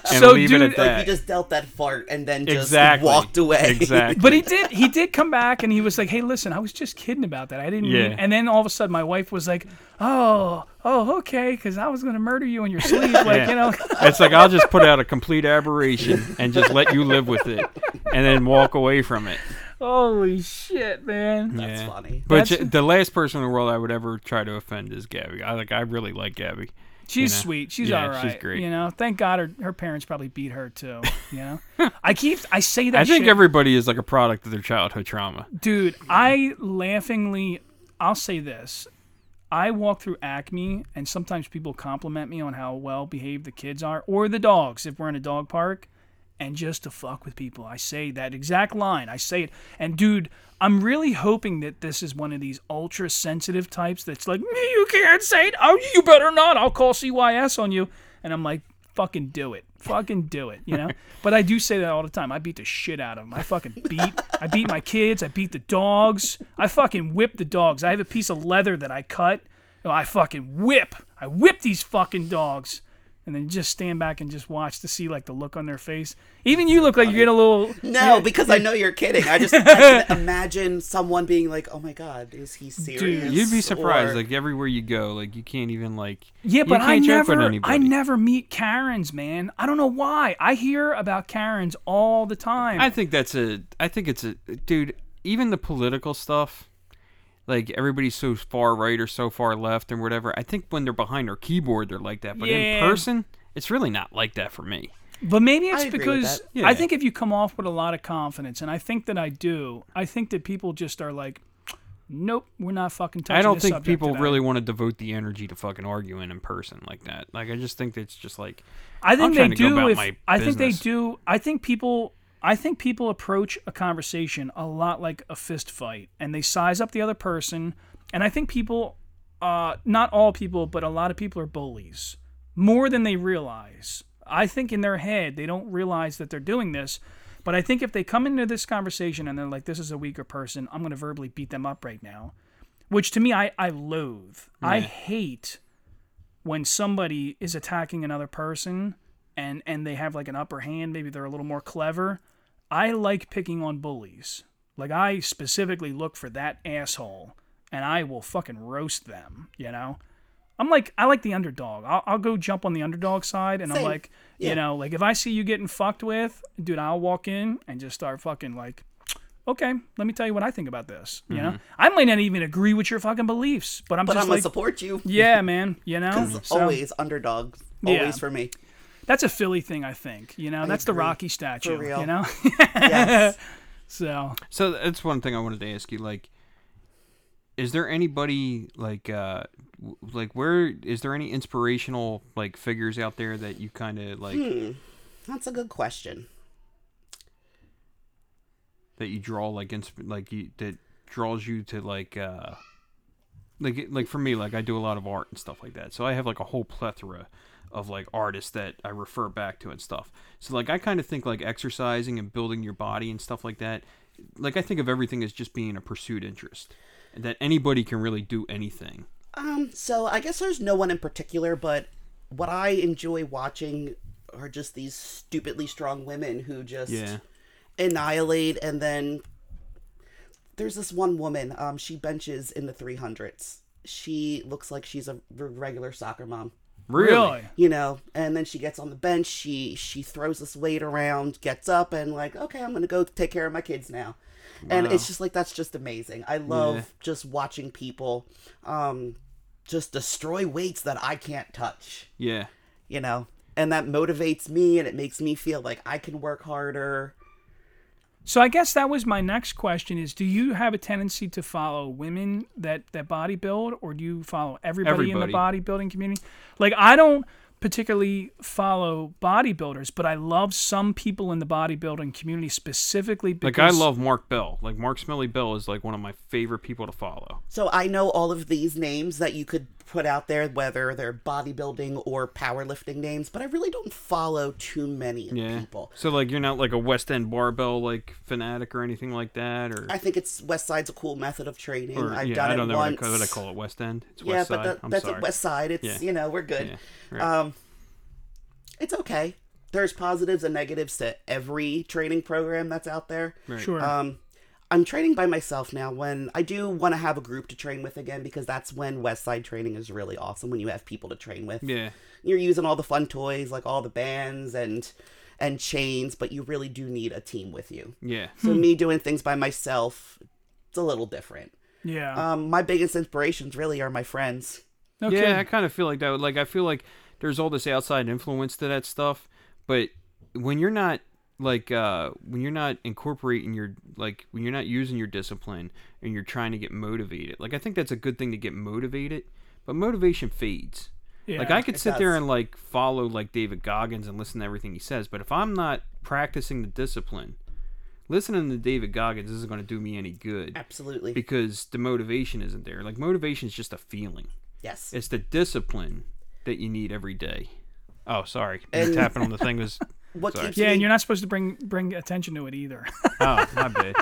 So,
leave
dude,
it at
like,
that.
He just dealt that fart and then just
exactly.
walked away.
Exactly.
But he did. He did come back, and he was like, "Hey, listen, I was just kidding about that. I didn't
Yeah.
mean." And then all of a sudden, my wife was like, "Oh, oh, okay," because I was gonna murder you in your sleep, like
Yeah.
you know.
It's like I'll just put out a complete aberration and just let you live with it, and then walk away from it.
Holy shit, man!
That's funny.
But
That's-
the last person in the world I would ever try to offend is Gabby. I like I really like Gabby.
She's
You know.
sweet. She's
Yeah,
all right.
she's great.
You know, thank God her, her parents probably beat her too. You know, I keep I say that.
I think
shit.
everybody is like a product of their childhood trauma.
Dude, I laughingly, I'll say this. I walk through Acme, and sometimes people compliment me on how well behaved the kids are, or the dogs if we're in a dog park, and just to fuck with people. I say that exact line. I say it. And dude, I'm really hoping that this is one of these ultra sensitive types that's like, "Me, you can't say it. Oh, you better not. I'll call CYS on you. And I'm like, fucking do it. Fucking do it, you know? but I do say that all the time. I beat the shit out of them. I fucking beat. I beat my kids. I beat the dogs. I fucking whip the dogs. I have a piece of leather that I cut. Oh, I fucking whip. I whip these fucking dogs. And then just stand back and just watch to see like the look on their face. Even you look like you're getting a little.
No, because I know you're kidding. I just I can imagine someone being like, "Oh my God, is he serious?"
You'd be surprised,
Or-
like everywhere you go, like you can't even like
Yeah,
you
but
can't
I
joke with
never,
anybody.
I never meet Karens, man. I don't know why. I hear about Karens all the time.
I think that's a. I think it's a dude. Even the political stuff, like everybody's so far right or so far left and whatever. I think when they're behind their keyboard, they're like that. But
Yeah.
in person, it's really not like that for me.
But maybe
I
it's
agree with
because
that.
I
Yeah.
think if you come off with a lot of confidence, and I think that I do, I think that people just are like, "Nope, we're not fucking touching."
I don't
this
think
subject
people
today."
really want to devote the energy to fucking arguing in person like that. Like I just think it's just like
I think
I'm
they
trying to go
do.
about
If
my
I think they
business.
do, I think people. I think people approach a conversation a lot like a fist fight, and they size up the other person. And I think people, uh, not all people, but a lot of people are bullies more than they realize. I think in their head they don't realize that they're doing this. But I think if they come into this conversation and they're like, "This is a weaker person," I'm going to verbally beat them up right now, which to me I I loathe. I hate when somebody is attacking another person and and they have like an upper hand maybe they're a little more clever i like picking on bullies like i specifically look for that asshole and i will fucking roast them you know i'm like i like the underdog i'll, I'll go jump on the underdog side and i'm
Same.
like you
Yeah.
know like if i see you getting fucked with dude i'll walk in and just start fucking like okay let me tell you what i think about this you know i might not even agree with your fucking beliefs but i'm
Mm-hmm. but
just
I'm gonna
like
support you.
yeah man you know So-
Always underdog.
Yeah.
Always for me.
that's a Philly thing, I think. You know, that's the Rocky statue.
real.
You know,
Yes.
so
So that's one thing I wanted to ask you. Like, is there anybody like, uh, w- like where is there any inspirational like figures out there that you kind of like
That's a good question.
that you draw like insp- like you that draws you to like uh like like for me like I do a lot of art and stuff like that. So I have like a whole plethora of like artists that I refer back to and stuff. So like I kind of think like exercising and building your body and stuff like that. Like I think of everything as just being a pursued interest and that anybody can really do anything.
Um, so I guess there's no one in particular, but what I enjoy watching are just these stupidly strong women who just
Yeah.
annihilate and then there's this one woman, um, she benches in the 300s. She looks like she's a r- regular soccer mom.
Really?
you know and then she gets on the bench she she throws this weight around gets up and like okay i'm gonna go take care of my kids now and it's just like that's just amazing i love just watching people um just destroy weights that i can't touch
Yeah.
you know and that motivates me and it makes me feel like i can work harder
So I guess that was my next question: Is do you have a tendency to follow women that that bodybuild, or do you follow everybody, in the
Everybody.
bodybuilding community? Like I don't particularly follow bodybuilders, but I love some people in the bodybuilding community specifically
Like
because
I love Mark Bell. Like Mark Smelly Bell is like one of my favorite people to follow.
so i know all of these names that you could put out there whether they're bodybuilding or powerlifting names but i really don't follow too many
Yeah.
people
So like you're not like a West End barbell like fanatic or anything like that or
I think it's West Side's a cool method of training.
or
I've
yeah,
done
I don't
it
know
once.
What, I, what I call it West End. It's
yeah,
West Side.
but that,
I'm
that's
sorry.
at West Side. It's
Yeah.
you know we're good.
Yeah, right.
Um, it's okay. There's positives and negatives to every training program that's out there.
sure.
Um, I'm training by myself now. When I do want to have a group to train with again, because that's when West Side training is really awesome. When you have people to train with,
Yeah.
you're using all the fun toys like all the bands and and chains, but you really do need a team with you.
Yeah.
So me doing things by myself, it's a little different.
yeah.
Um, my biggest inspirations really are my friends.
no
Yeah, I
kidding.
kind of feel like that. Like I feel like there's all this outside influence to that stuff, but when you're not like uh when you're not incorporating your like when you're not using your discipline and you're trying to get motivated. Like I think that's a good thing to get motivated, but motivation fades. Like
Yeah,
I could
it
sit there
does.
and like follow like David Goggins and listen to everything he says, but if I'm not practicing the discipline, listening to David Goggins isn't going to do me any good
Absolutely.
because the motivation isn't there. Like motivation is just a feeling.
yes.
It's the discipline that you need every day. Oh, sorry. You're tapping on the thing was.
What
Sorry.
keeps
yeah,
me,
and you're not supposed to bring bring attention to it either.
Oh, my bad.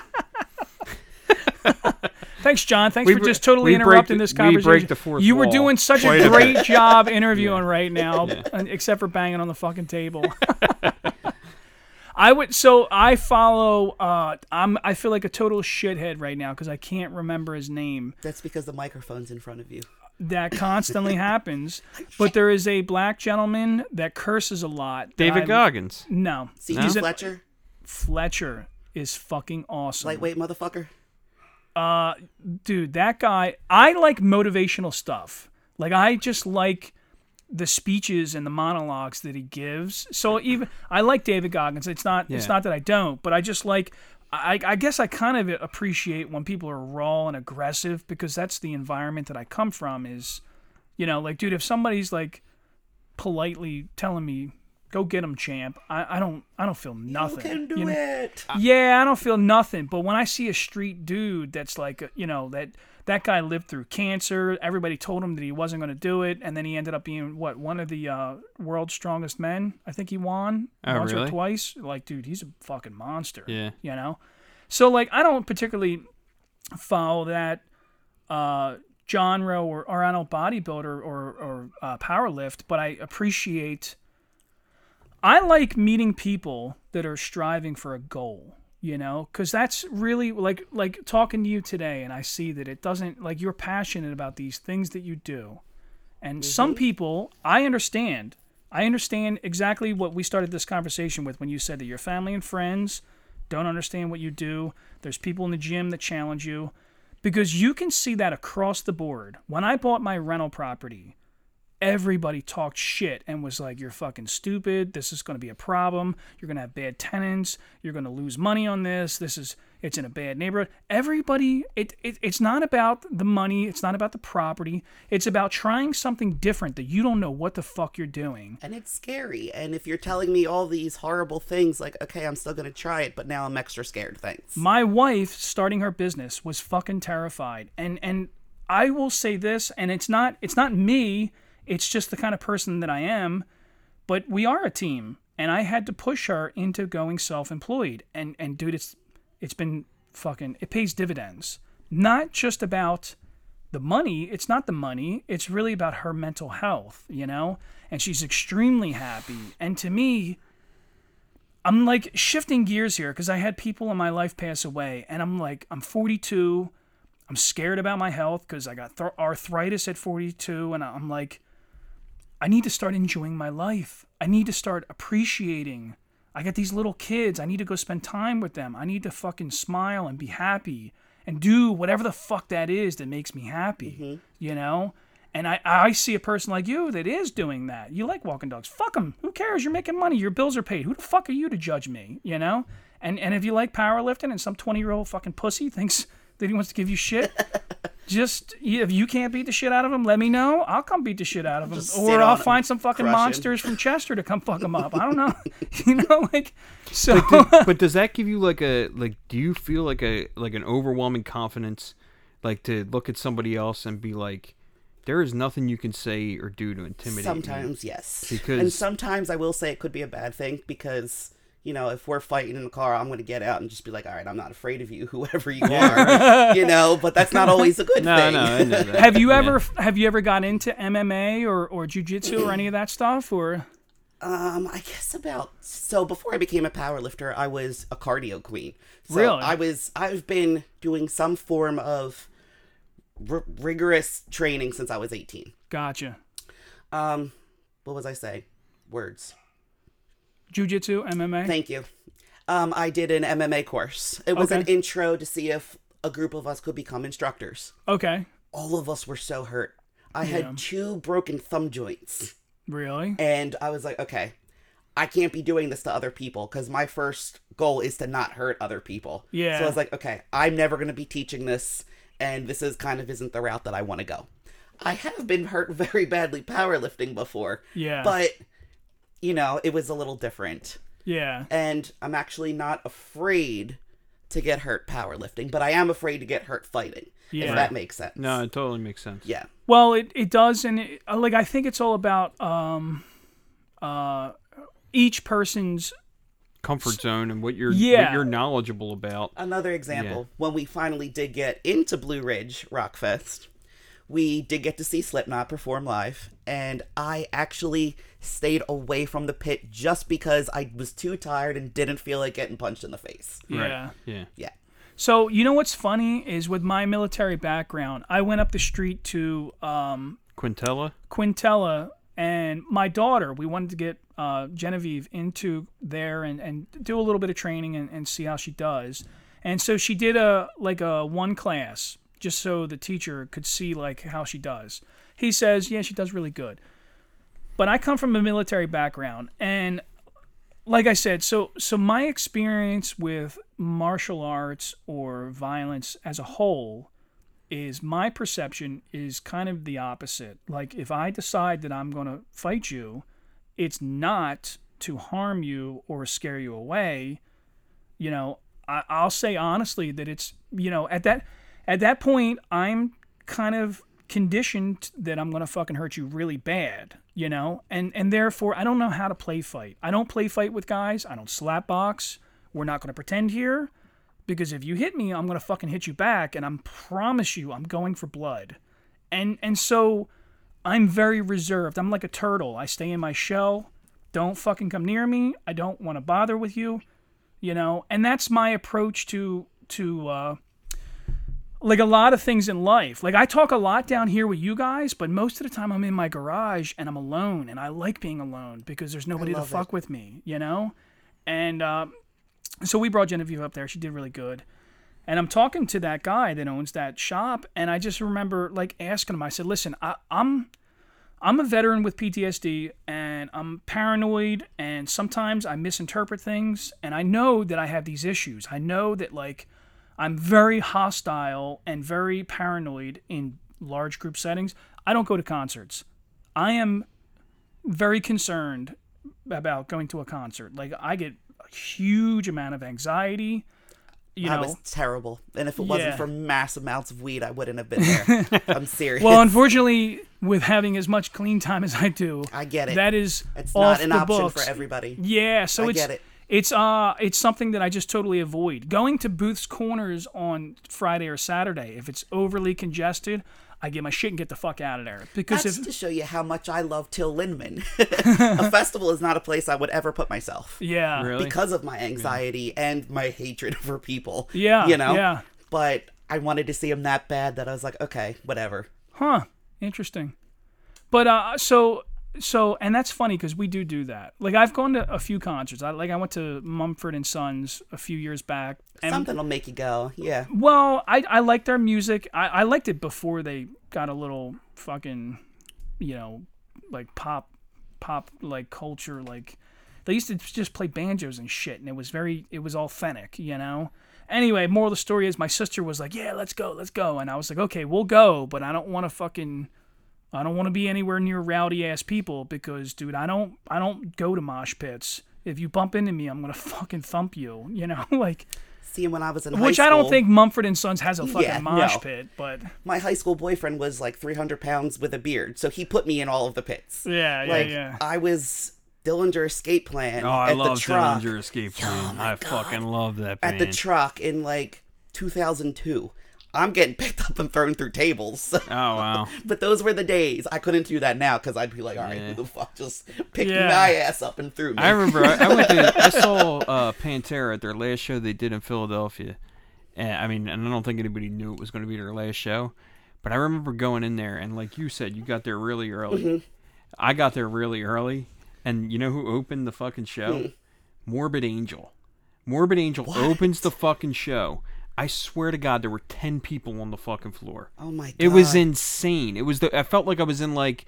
Thanks, John. Thanks
We
for
br-
just totally
we break
interrupting
the-
this
we
conversation.
break the fourth
you were
wall
doing such
quite
a
a bit.
great job interviewing right now, and- except for banging on the fucking table. I would so I follow. Uh, I'm I feel like a total shithead right now because I can't remember his name.
That's because the microphone's in front of you.
That constantly happens. But there is a black gentleman that curses a lot. that
David
I-
Goggins.
No,
See,
He's a-
Fletcher,
Fletcher is fucking awesome.
lightweight motherfucker.
dude, that guy, I like motivational stuff. Like I just like the speeches and the monologues that he gives. So even I like David Goggins. It's not it's
Yeah.
not that I don't, but I just like I, I guess I kind of appreciate when people are raw and aggressive because that's the environment that I come from is you know, like dude, if somebody's like politely telling me go get him champ, I, I don't I don't feel nothing.
You can do
you know?
it.
Yeah, I don't feel nothing. But when I see a street dude that's like, uh, you know, that that guy lived through cancer. Everybody told him that he wasn't going to do it, and then he ended up being what one of the uh, world's strongest men. I think he won
Oh,
once or
really?
twice. Like, dude, he's a fucking monster.
Yeah.
you know. So like, I don't particularly follow that uh, genre or, or I don't bodybuilder or or uh, powerlift, but I appreciate. I like meeting people that are striving for a goal, you know, because that's really like like talking to you today, and I see that it doesn't like you're passionate about these things that you do, and some people I understand. I understand exactly what we started this conversation with when you said that your family and friends don't understand what you do. There's people in the gym that challenge you because you can see that across the board. When I bought my rental property, everybody talked shit and was like, "You're fucking stupid. This is going to be a problem. You're going to have bad tenants. You're going to lose money on this. This is It's in a bad neighborhood. Everybody, it, it it's not about the money. It's not about the property. It's about trying something different that you don't know what the fuck you're doing.
And it's scary. And if you're telling me all these horrible things, like, okay, I'm still going to try it, but now I'm extra scared. Thanks.
My wife starting her business was fucking terrified. And and I will say this, and it's not it's not me, it's just the kind of person that I am, but we are a team. And I had to push her into going self-employed. And and dude, it's it's been fucking it pays dividends. Not just about the money, it's not the money, it's really about her mental health, you know? And she's extremely happy. And to me, I'm like shifting gears here because I had people in my life pass away, and I'm like, I'm 42. I'm scared about my health because I got th- arthritis at 42, and I'm like, I need to start enjoying my life. I need to start appreciating. I got these little kids. I need to go spend time with them. I need to fucking smile and be happy and do whatever the fuck that is that makes me happy, you know? And I, I see a person like you that is doing that. You like walking dogs. Fuck them. Who cares? You're making money. Your bills are paid. Who the fuck are you to judge me? You know? And and if you like powerlifting and some 20 year old fucking pussy thinks that he wants to give you shit, just if you can't beat the shit out of him, let me know. I'll come beat the shit out of him.
Just sit
Or I'll
on him,
find some fucking
crush him.
monsters from Chester to come fuck him up. I don't know. you know? Like, so.
but does that give you like a like do you feel like a like an overwhelming confidence like to look at somebody else and be like there is nothing you can say or do to intimidate me."
Sometimes, yes. and
Because-
sometimes I will say it could be a bad thing because, you know, if we're fighting in the car, I'm going to get out and just be like, all right, I'm not afraid of you, whoever you are, you know, but that's not always a good
no
thing.
no I know that.
have you
Yeah.
ever have you ever got into MMA or or jujitsu or any of that stuff or
Um, I guess about so before I became a powerlifter, I was a cardio queen. So
Really?
I was I've been doing some form of r- rigorous training since I was 18.
gotcha
Um, what was I say? Words.
jujitsu MMA?
Thank you. Um, I did an MMA course. It was an
Okay.
intro to see if a group of us could become instructors.
okay,
All of us were so hurt. I had two broken thumb joints.
really?
And I was like, okay, I can't be doing this to other people because my first goal is to not hurt other people.
Yeah.
So I was like, okay, I'm never going to be teaching this. And this is kind of isn't the route that I want to go. I have been hurt very badly powerlifting before.
Yeah.
But, you know, it was a little different.
Yeah,
And I'm actually not afraid to get hurt powerlifting, but I am afraid to get hurt fighting.
Yeah.
If that makes sense.
no it totally makes sense
Yeah.
well, it it does, and it, uh, like I think it's all about um, uh, each person's
comfort zone and what you're
Yeah.
what you're knowledgeable about
Another example, when we finally did get into Blue Ridge Rockfest, we did get to see Slipknot perform live, and I actually stayed away from the pit just because I was too tired and didn't feel like getting punched in the face.
yeah.
yeah
Yeah.
So you know what's funny is with my military background, I went up the street to um,
Quintella
Quintella and my daughter, we wanted to get uh, Genevieve into there and, and do a little bit of training and, and see how she does. And so she did a like a one class just so the teacher could see like how she does. He says, yeah, she does really good. But I come from a military background and like I said, so so my experience with martial arts or violence as a whole is my perception is kind of the opposite. Like if I decide that I'm going to fight you, it's not to harm you or scare you away. You know, I, I'll say honestly that it's you know at that at that point I'm kind of conditioned that I'm going to fucking hurt you really bad. You know, and and therefore I don't know how to play fight. I don't play fight with guys. I don't slap box. We're not going to pretend here because if you hit me, I'm gonna fucking hit you back, and I'm promise you, I'm going for blood. And and so I'm very reserved. I'm like a turtle. I stay in my shell. Don't fucking come near me. I don't want to bother with you. You know, and that's my approach to to uh, like a lot of things in life. Like I talk a lot down here with you guys, but most of the time I'm in my garage and I'm alone, and I like being alone because there's nobody to fuck with me. You know, and uh, so we brought Genevieve up there. She did really good. And I'm talking to that guy that owns that shop, and I just remember like asking him. I said, "Listen, I, I'm, I'm a veteran with PTSD, and I'm paranoid, and sometimes I misinterpret things, and I know that I have these issues. I know that like I'm very hostile and very paranoid in large group settings. I don't go to concerts. I am very concerned about going to a concert. Like I get a huge amount of anxiety. You
I
know,
was terrible. And if it wasn't
Yeah.
for mass amounts of weed, I wouldn't have been there. I'm serious.
well, unfortunately, with having as much clean time as I do,
I get it.
That is
it's
off
not an
the
option
books.
for everybody.
Yeah, so
I
it's
get it.
it's uh it's something that I just totally avoid. Going to Booth's Corners on Friday or Saturday, if it's overly congested, I get my shit and get the fuck out of there because
That's
if
to show you how much I love Till Lindemann. a festival is not a place I would ever put myself
yeah
Really?
because of my anxiety and my hatred for people.
Yeah,
you know.
yeah.
But I wanted to see him that bad that I was like, okay, whatever.
Huh. Interesting. But uh, so so, and that's funny because we do do that. Like I've gone to a few concerts. I like I went to Mumford and Sons a few years back. And,
Something will make you go, yeah.
Well, I I like their music. I I liked it before they got a little fucking, you know, like pop pop like culture like. They used to just play banjos and shit, and it was very, it was authentic, you know. Anyway, moral of the story is my sister was like, "Yeah, let's go, let's go," and I was like, "Okay, we'll go," but I don't want to fucking I don't want to be anywhere near rowdy ass people because, dude, I don't I don't go to mosh pits. If you bump into me, I'm gonna fucking thump you. You know, like
Seeing when I was in high
which I
school-
don't think Mumford and Sons has a fucking
Yeah,
mosh
no.
pit, but
my high school boyfriend was like 300 pounds with a beard, so he put me in all of the pits.
Yeah, yeah,
like,
yeah.
I was Dillinger Escape Plan
Oh, I
at
love
the truck Oh
Dillinger Escape Plan. I fucking love that band.
at the truck in like 2002. I'm getting picked up and thrown through tables.
oh wow.
but those were the days. I couldn't do that now because I'd be like, all right,
Yeah.
who the fuck just picked
Yeah.
my ass up and threw me?
I remember I, I went to I saw uh, Pantera at their last show they did in Philadelphia. And, I mean, and I don't think anybody knew it was going to be their last show, but I remember going in there and like you said, you got there really early.
Mm-hmm.
I got there really early, and you know who opened the fucking show?
Hmm.
Morbid Angel. Morbid Angel opens the fucking show. I swear to God, there were ten people on the fucking floor.
oh my god.
It was insane. It was the I felt like I was in like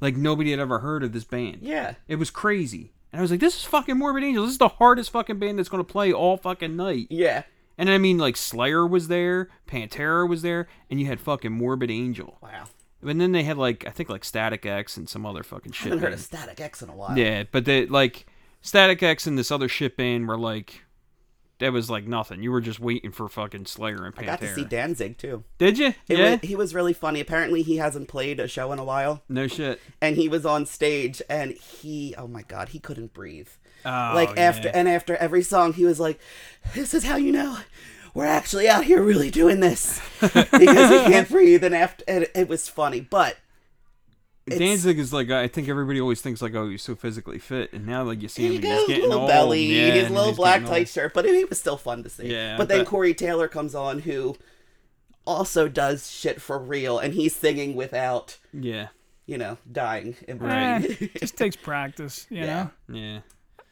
like nobody had ever heard of this band.
Yeah.
It was crazy. And I was like, this is fucking Morbid Angel. This is the hardest fucking band that's gonna play all fucking night.
Yeah.
And I mean like Slayer was there, Pantera was there, and you had fucking Morbid Angel.
Wow.
And then they had like I think like Static X and some other fucking
I
shit.
haven't heard
band.
of Static X in a while.
Yeah, but they like Static X and this other shit band were like that was like nothing. You were just waiting for fucking Slayer and Pantera. Eh.
I got to see Danzig too.
Did you?
It
yeah.
was, he was really funny. Apparently, he hasn't played a show in a while.
No shit.
and he was on stage and he oh my god he couldn't breathe
Oh,
like after
yeah.
and after every song he was like this is how you know we're actually out here really doing this because he can't breathe and after and it was funny but It's-
Danzig is like I think everybody always thinks like oh he's so physically fit and now like you see
he
him and
got
he's
his
getting
little
old
belly
yeah,
his
and
little
he's
black
getting
tight
old.
shirt but it, was still fun to see
Yeah, I
but then
bet.
corey taylor comes on who also does shit for real and he's singing without
Yeah,
you know dying and
eh,
breathing
just takes practice, you
Yeah.
know.
yeah.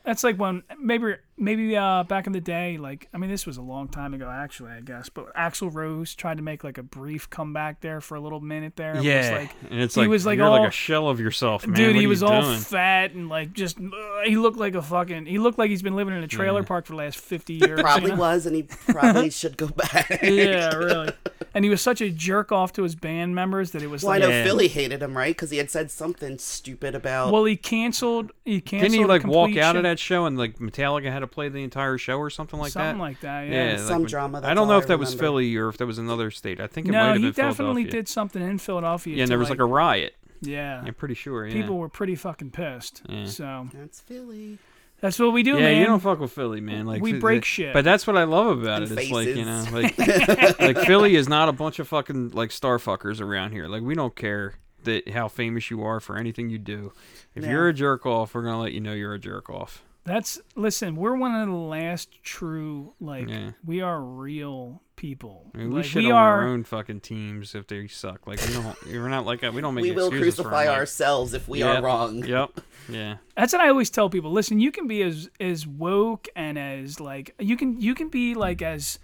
That's like when maybe maybe uh, back in the day, like I mean, this was a long time ago, actually, I guess. But Axl Rose tried to make like a brief comeback there for a little minute there. and was like,
and it's
he
like
was like
you're
all-
like a shell of yourself, man.
Dude,
What
he
are
was
you
all
doing?
fat and like just ugh, he looked like a fucking he looked like he's been living in a trailer park for the last fifty years. you
probably
know?
was and he probably should go back
Yeah, really. And he was such a jerk off to his band members that it was
Well, I
like
know
Yeah.
Philly hated him, right? Because he had said something stupid about.
Well, he canceled. He canceled.
Didn't he
a
like walk
complete
out of
show-
that show and like Metallica had to play the entire show or something like
Something
that?
like that.
yeah,
Yeah.
like,
Some
when-
drama,
I
that's
don't know
all
if
I
that was
remember.
Philly or if that was another state. I think it might
no,
have
he
been
definitely
Philadelphia.
did something in Philadelphia.
Yeah, and
to,
there was like a
like-
riot.
yeah.
I'm pretty sure. Yeah,
People were pretty fucking pissed. So
That's Philly.
that's what we do,
yeah,
man.
you don't fuck with Philly, man. Like
We
th-
break
th-
shit.
But that's what I love about
And
it. It's like you know,
faces.
like like Philly is not a bunch of fucking like star fuckers around here. Like we don't care that how famous you are for anything you do. If you're a jerk off, we're gonna let you know you're a jerk off.
that's listen. We're one of the last true like
Yeah.
we are real people.
I mean, we
like,
shit
we
on
are.
our own fucking teams if they suck. Like we don't, we're not like that. We don't make
We will
excuses for 'em,
crucify
like-
ourselves if we
Yep,
are wrong.
Yep. Yeah.
That's what I always tell people. Listen, you can be as as woke and as like you can you can be like as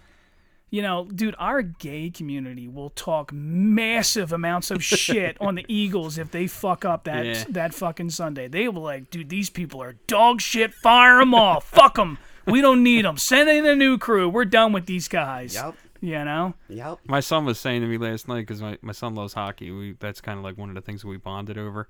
you know, dude, our gay community will talk massive amounts of shit on the Eagles if they fuck up that
Yeah.
that fucking Sunday. They will be like, dude, these people are dog shit. Fire them all. fuck them. We don't need them. Send in a new crew. We're done with these guys.
Yep.
You know?
Yep.
my son was saying to me last night because my, my son loves hockey. We that's kind of like one of the things we bonded over,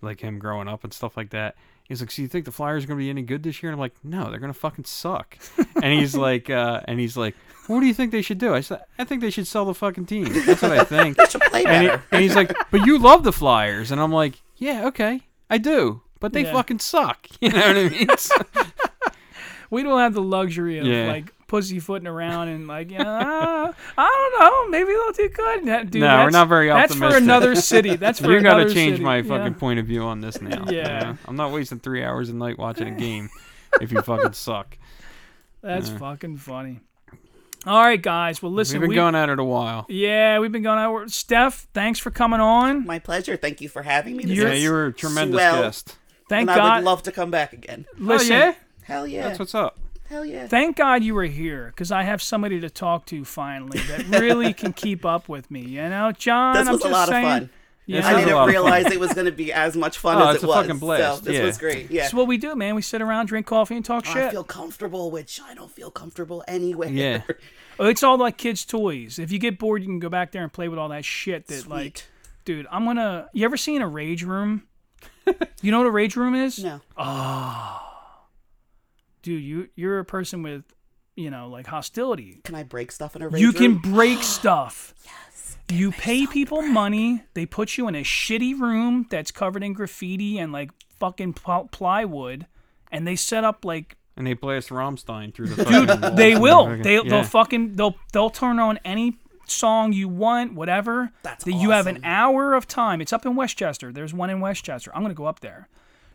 like him growing up and stuff like that. He's like, "So you think the Flyers are gonna be any good this year?" And I'm like, "No, they're gonna fucking suck." and he's like, uh, "And he's like, what do you think they should do?" I said, "I think they should sell the fucking team. That's what I think."
Should play
and, he-
better.
and he's like, "But you love the Flyers," and I'm like, "Yeah, okay, I do." But they
Yeah.
fucking suck. You know what I mean? So-
We don't have the luxury of
Yeah.
like pussyfooting around and like, yeah, uh, I don't know. Maybe they'll do good. That- Dude,
No, we're
that's-
not very
That's for
optimistic.
another city. That's for
you
another
gotta change
city.
my
Yeah.
fucking point of view on this now. you
Yeah.
know? I'm not wasting three hours a night watching a game if you fucking suck.
That's fucking funny. All right, guys. Well, listen.
We've been
we-
going at it a while.
Yeah, we've been going out. Steph, thanks for coming on.
My pleasure. Thank you for having me. This
Yeah,
is
you were a tremendous
swell,
guest.
Thank
and I
God.
would love to come back again.
listen,
oh, yeah?
Hell yeah.
That's what's up.
Hell yeah.
thank God you were here because I have somebody to talk to finally that really can keep up with me. You know, John.
this
I'm
was a
just
lot
saying,
of fun.
Yeah.
This
I
is a lot
didn't
of fun.
realize it was going to be as much fun
Oh,
as
it's
it
a
was.
fucking
So
blast,
this
yeah.
was great. Yeah.
That's what we do, man. We sit around, drink coffee, and talk
Oh, I
shit.
feel comfortable, which I don't feel comfortable anywhere.
Yeah.
it's all like kids' toys. If you get bored, you can go back there and play with all that shit. That like,
Sweet.
dude, I'm gonna. You ever seen a rage room? you know what a rage room is?
No.
Dude, you you're a person with, you know, like hostility.
Can I break stuff in a rage
you
room?
can break stuff. You pay people money. They put you in a shitty room that's covered in graffiti and like fucking pl- plywood, and they set up like
And they blast Rammstein through the fucking walls
they
and
will.
everything.
They
Yeah.
they'll fucking they'll they'll turn on any song you want, whatever.
That's
that you have an
awesome.
hour of time. It's up in Westchester. There's one in Westchester. I'm gonna go up there.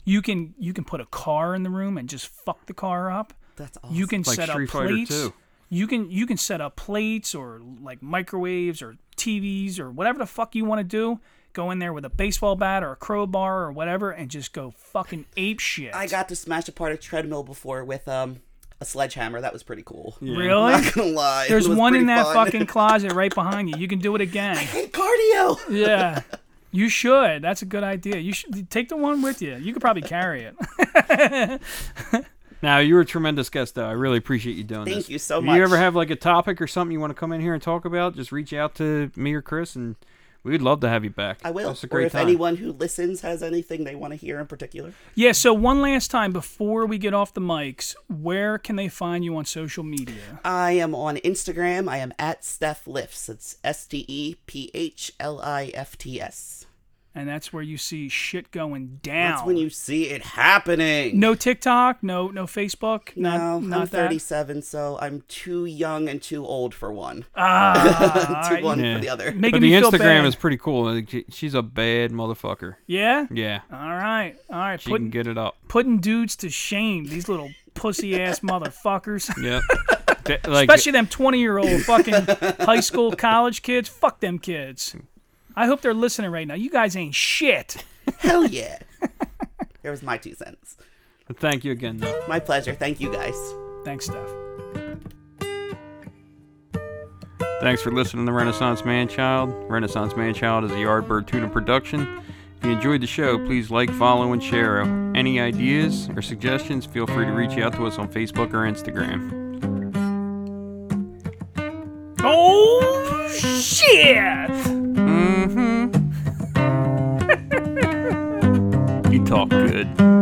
You can you can put a car in the room and just fuck the car up.
That's awesome.
You can
Like
set
Street
up
Fighter
plates.
2.
You can you can set up plates or like microwaves or TVs or whatever the fuck you want to do. Go in there with a baseball bat or a crowbar or whatever and just go fucking ape shit.
I got to smash apart a treadmill before with um a sledgehammer. That was pretty cool.
really.
I'm not gonna lie.
There's
It was
one in
pretty
that
fun.
fucking closet right behind you. You can do it again.
Hey, cardio.
Yeah. You should. That's a good idea. You should take the one with you. You could probably carry it.
Now, you were a tremendous guest, though. I really appreciate you doing
Thank
this.
you so
if
much.
you ever have like a topic or something you want to come in here and talk about, just reach out to me or Chris, and we'd love to have you back.
I will.
It's a
or
great
if
time.
anyone who listens has anything they want to hear in particular,
yeah, so one last time before we get off the mics, where can they find you on social media?
I am on Instagram. I am at Steph Lifts. It's S T E P H L I F T S.
And
And
that's where you see shit going down.
That's when you see it happening.
No TikTok, no no Facebook, not,
No,
not
I'm
that.
37, so I'm too young and too old for one.
Ah,
too
all
one
right.
Yeah.
for the other.
making
But the
me feel
Instagram
bad.
is pretty cool. Like, she- She's a bad motherfucker.
yeah.
Yeah.
All right, all right.
She
Putting
can get it up.
putting dudes to shame. These little pussy ass motherfuckers.
Yep. Th- like,
especially them 20 year old fucking high school college kids fuck them kids i hope they're listening right now you guys ain't shit
Hell yeah. there was my two cents.
Thank you again, though.
My pleasure. Thank you guys.
thanks steph
Thanks for listening to Renaissance Man Child. Renaissance Man Child is a Yardbird Tuna production. If you enjoyed the show, please like, follow, and share. Any ideas or suggestions, feel free to reach out to us on Facebook or Instagram.
oh shit
Mm-hmm. You talk good.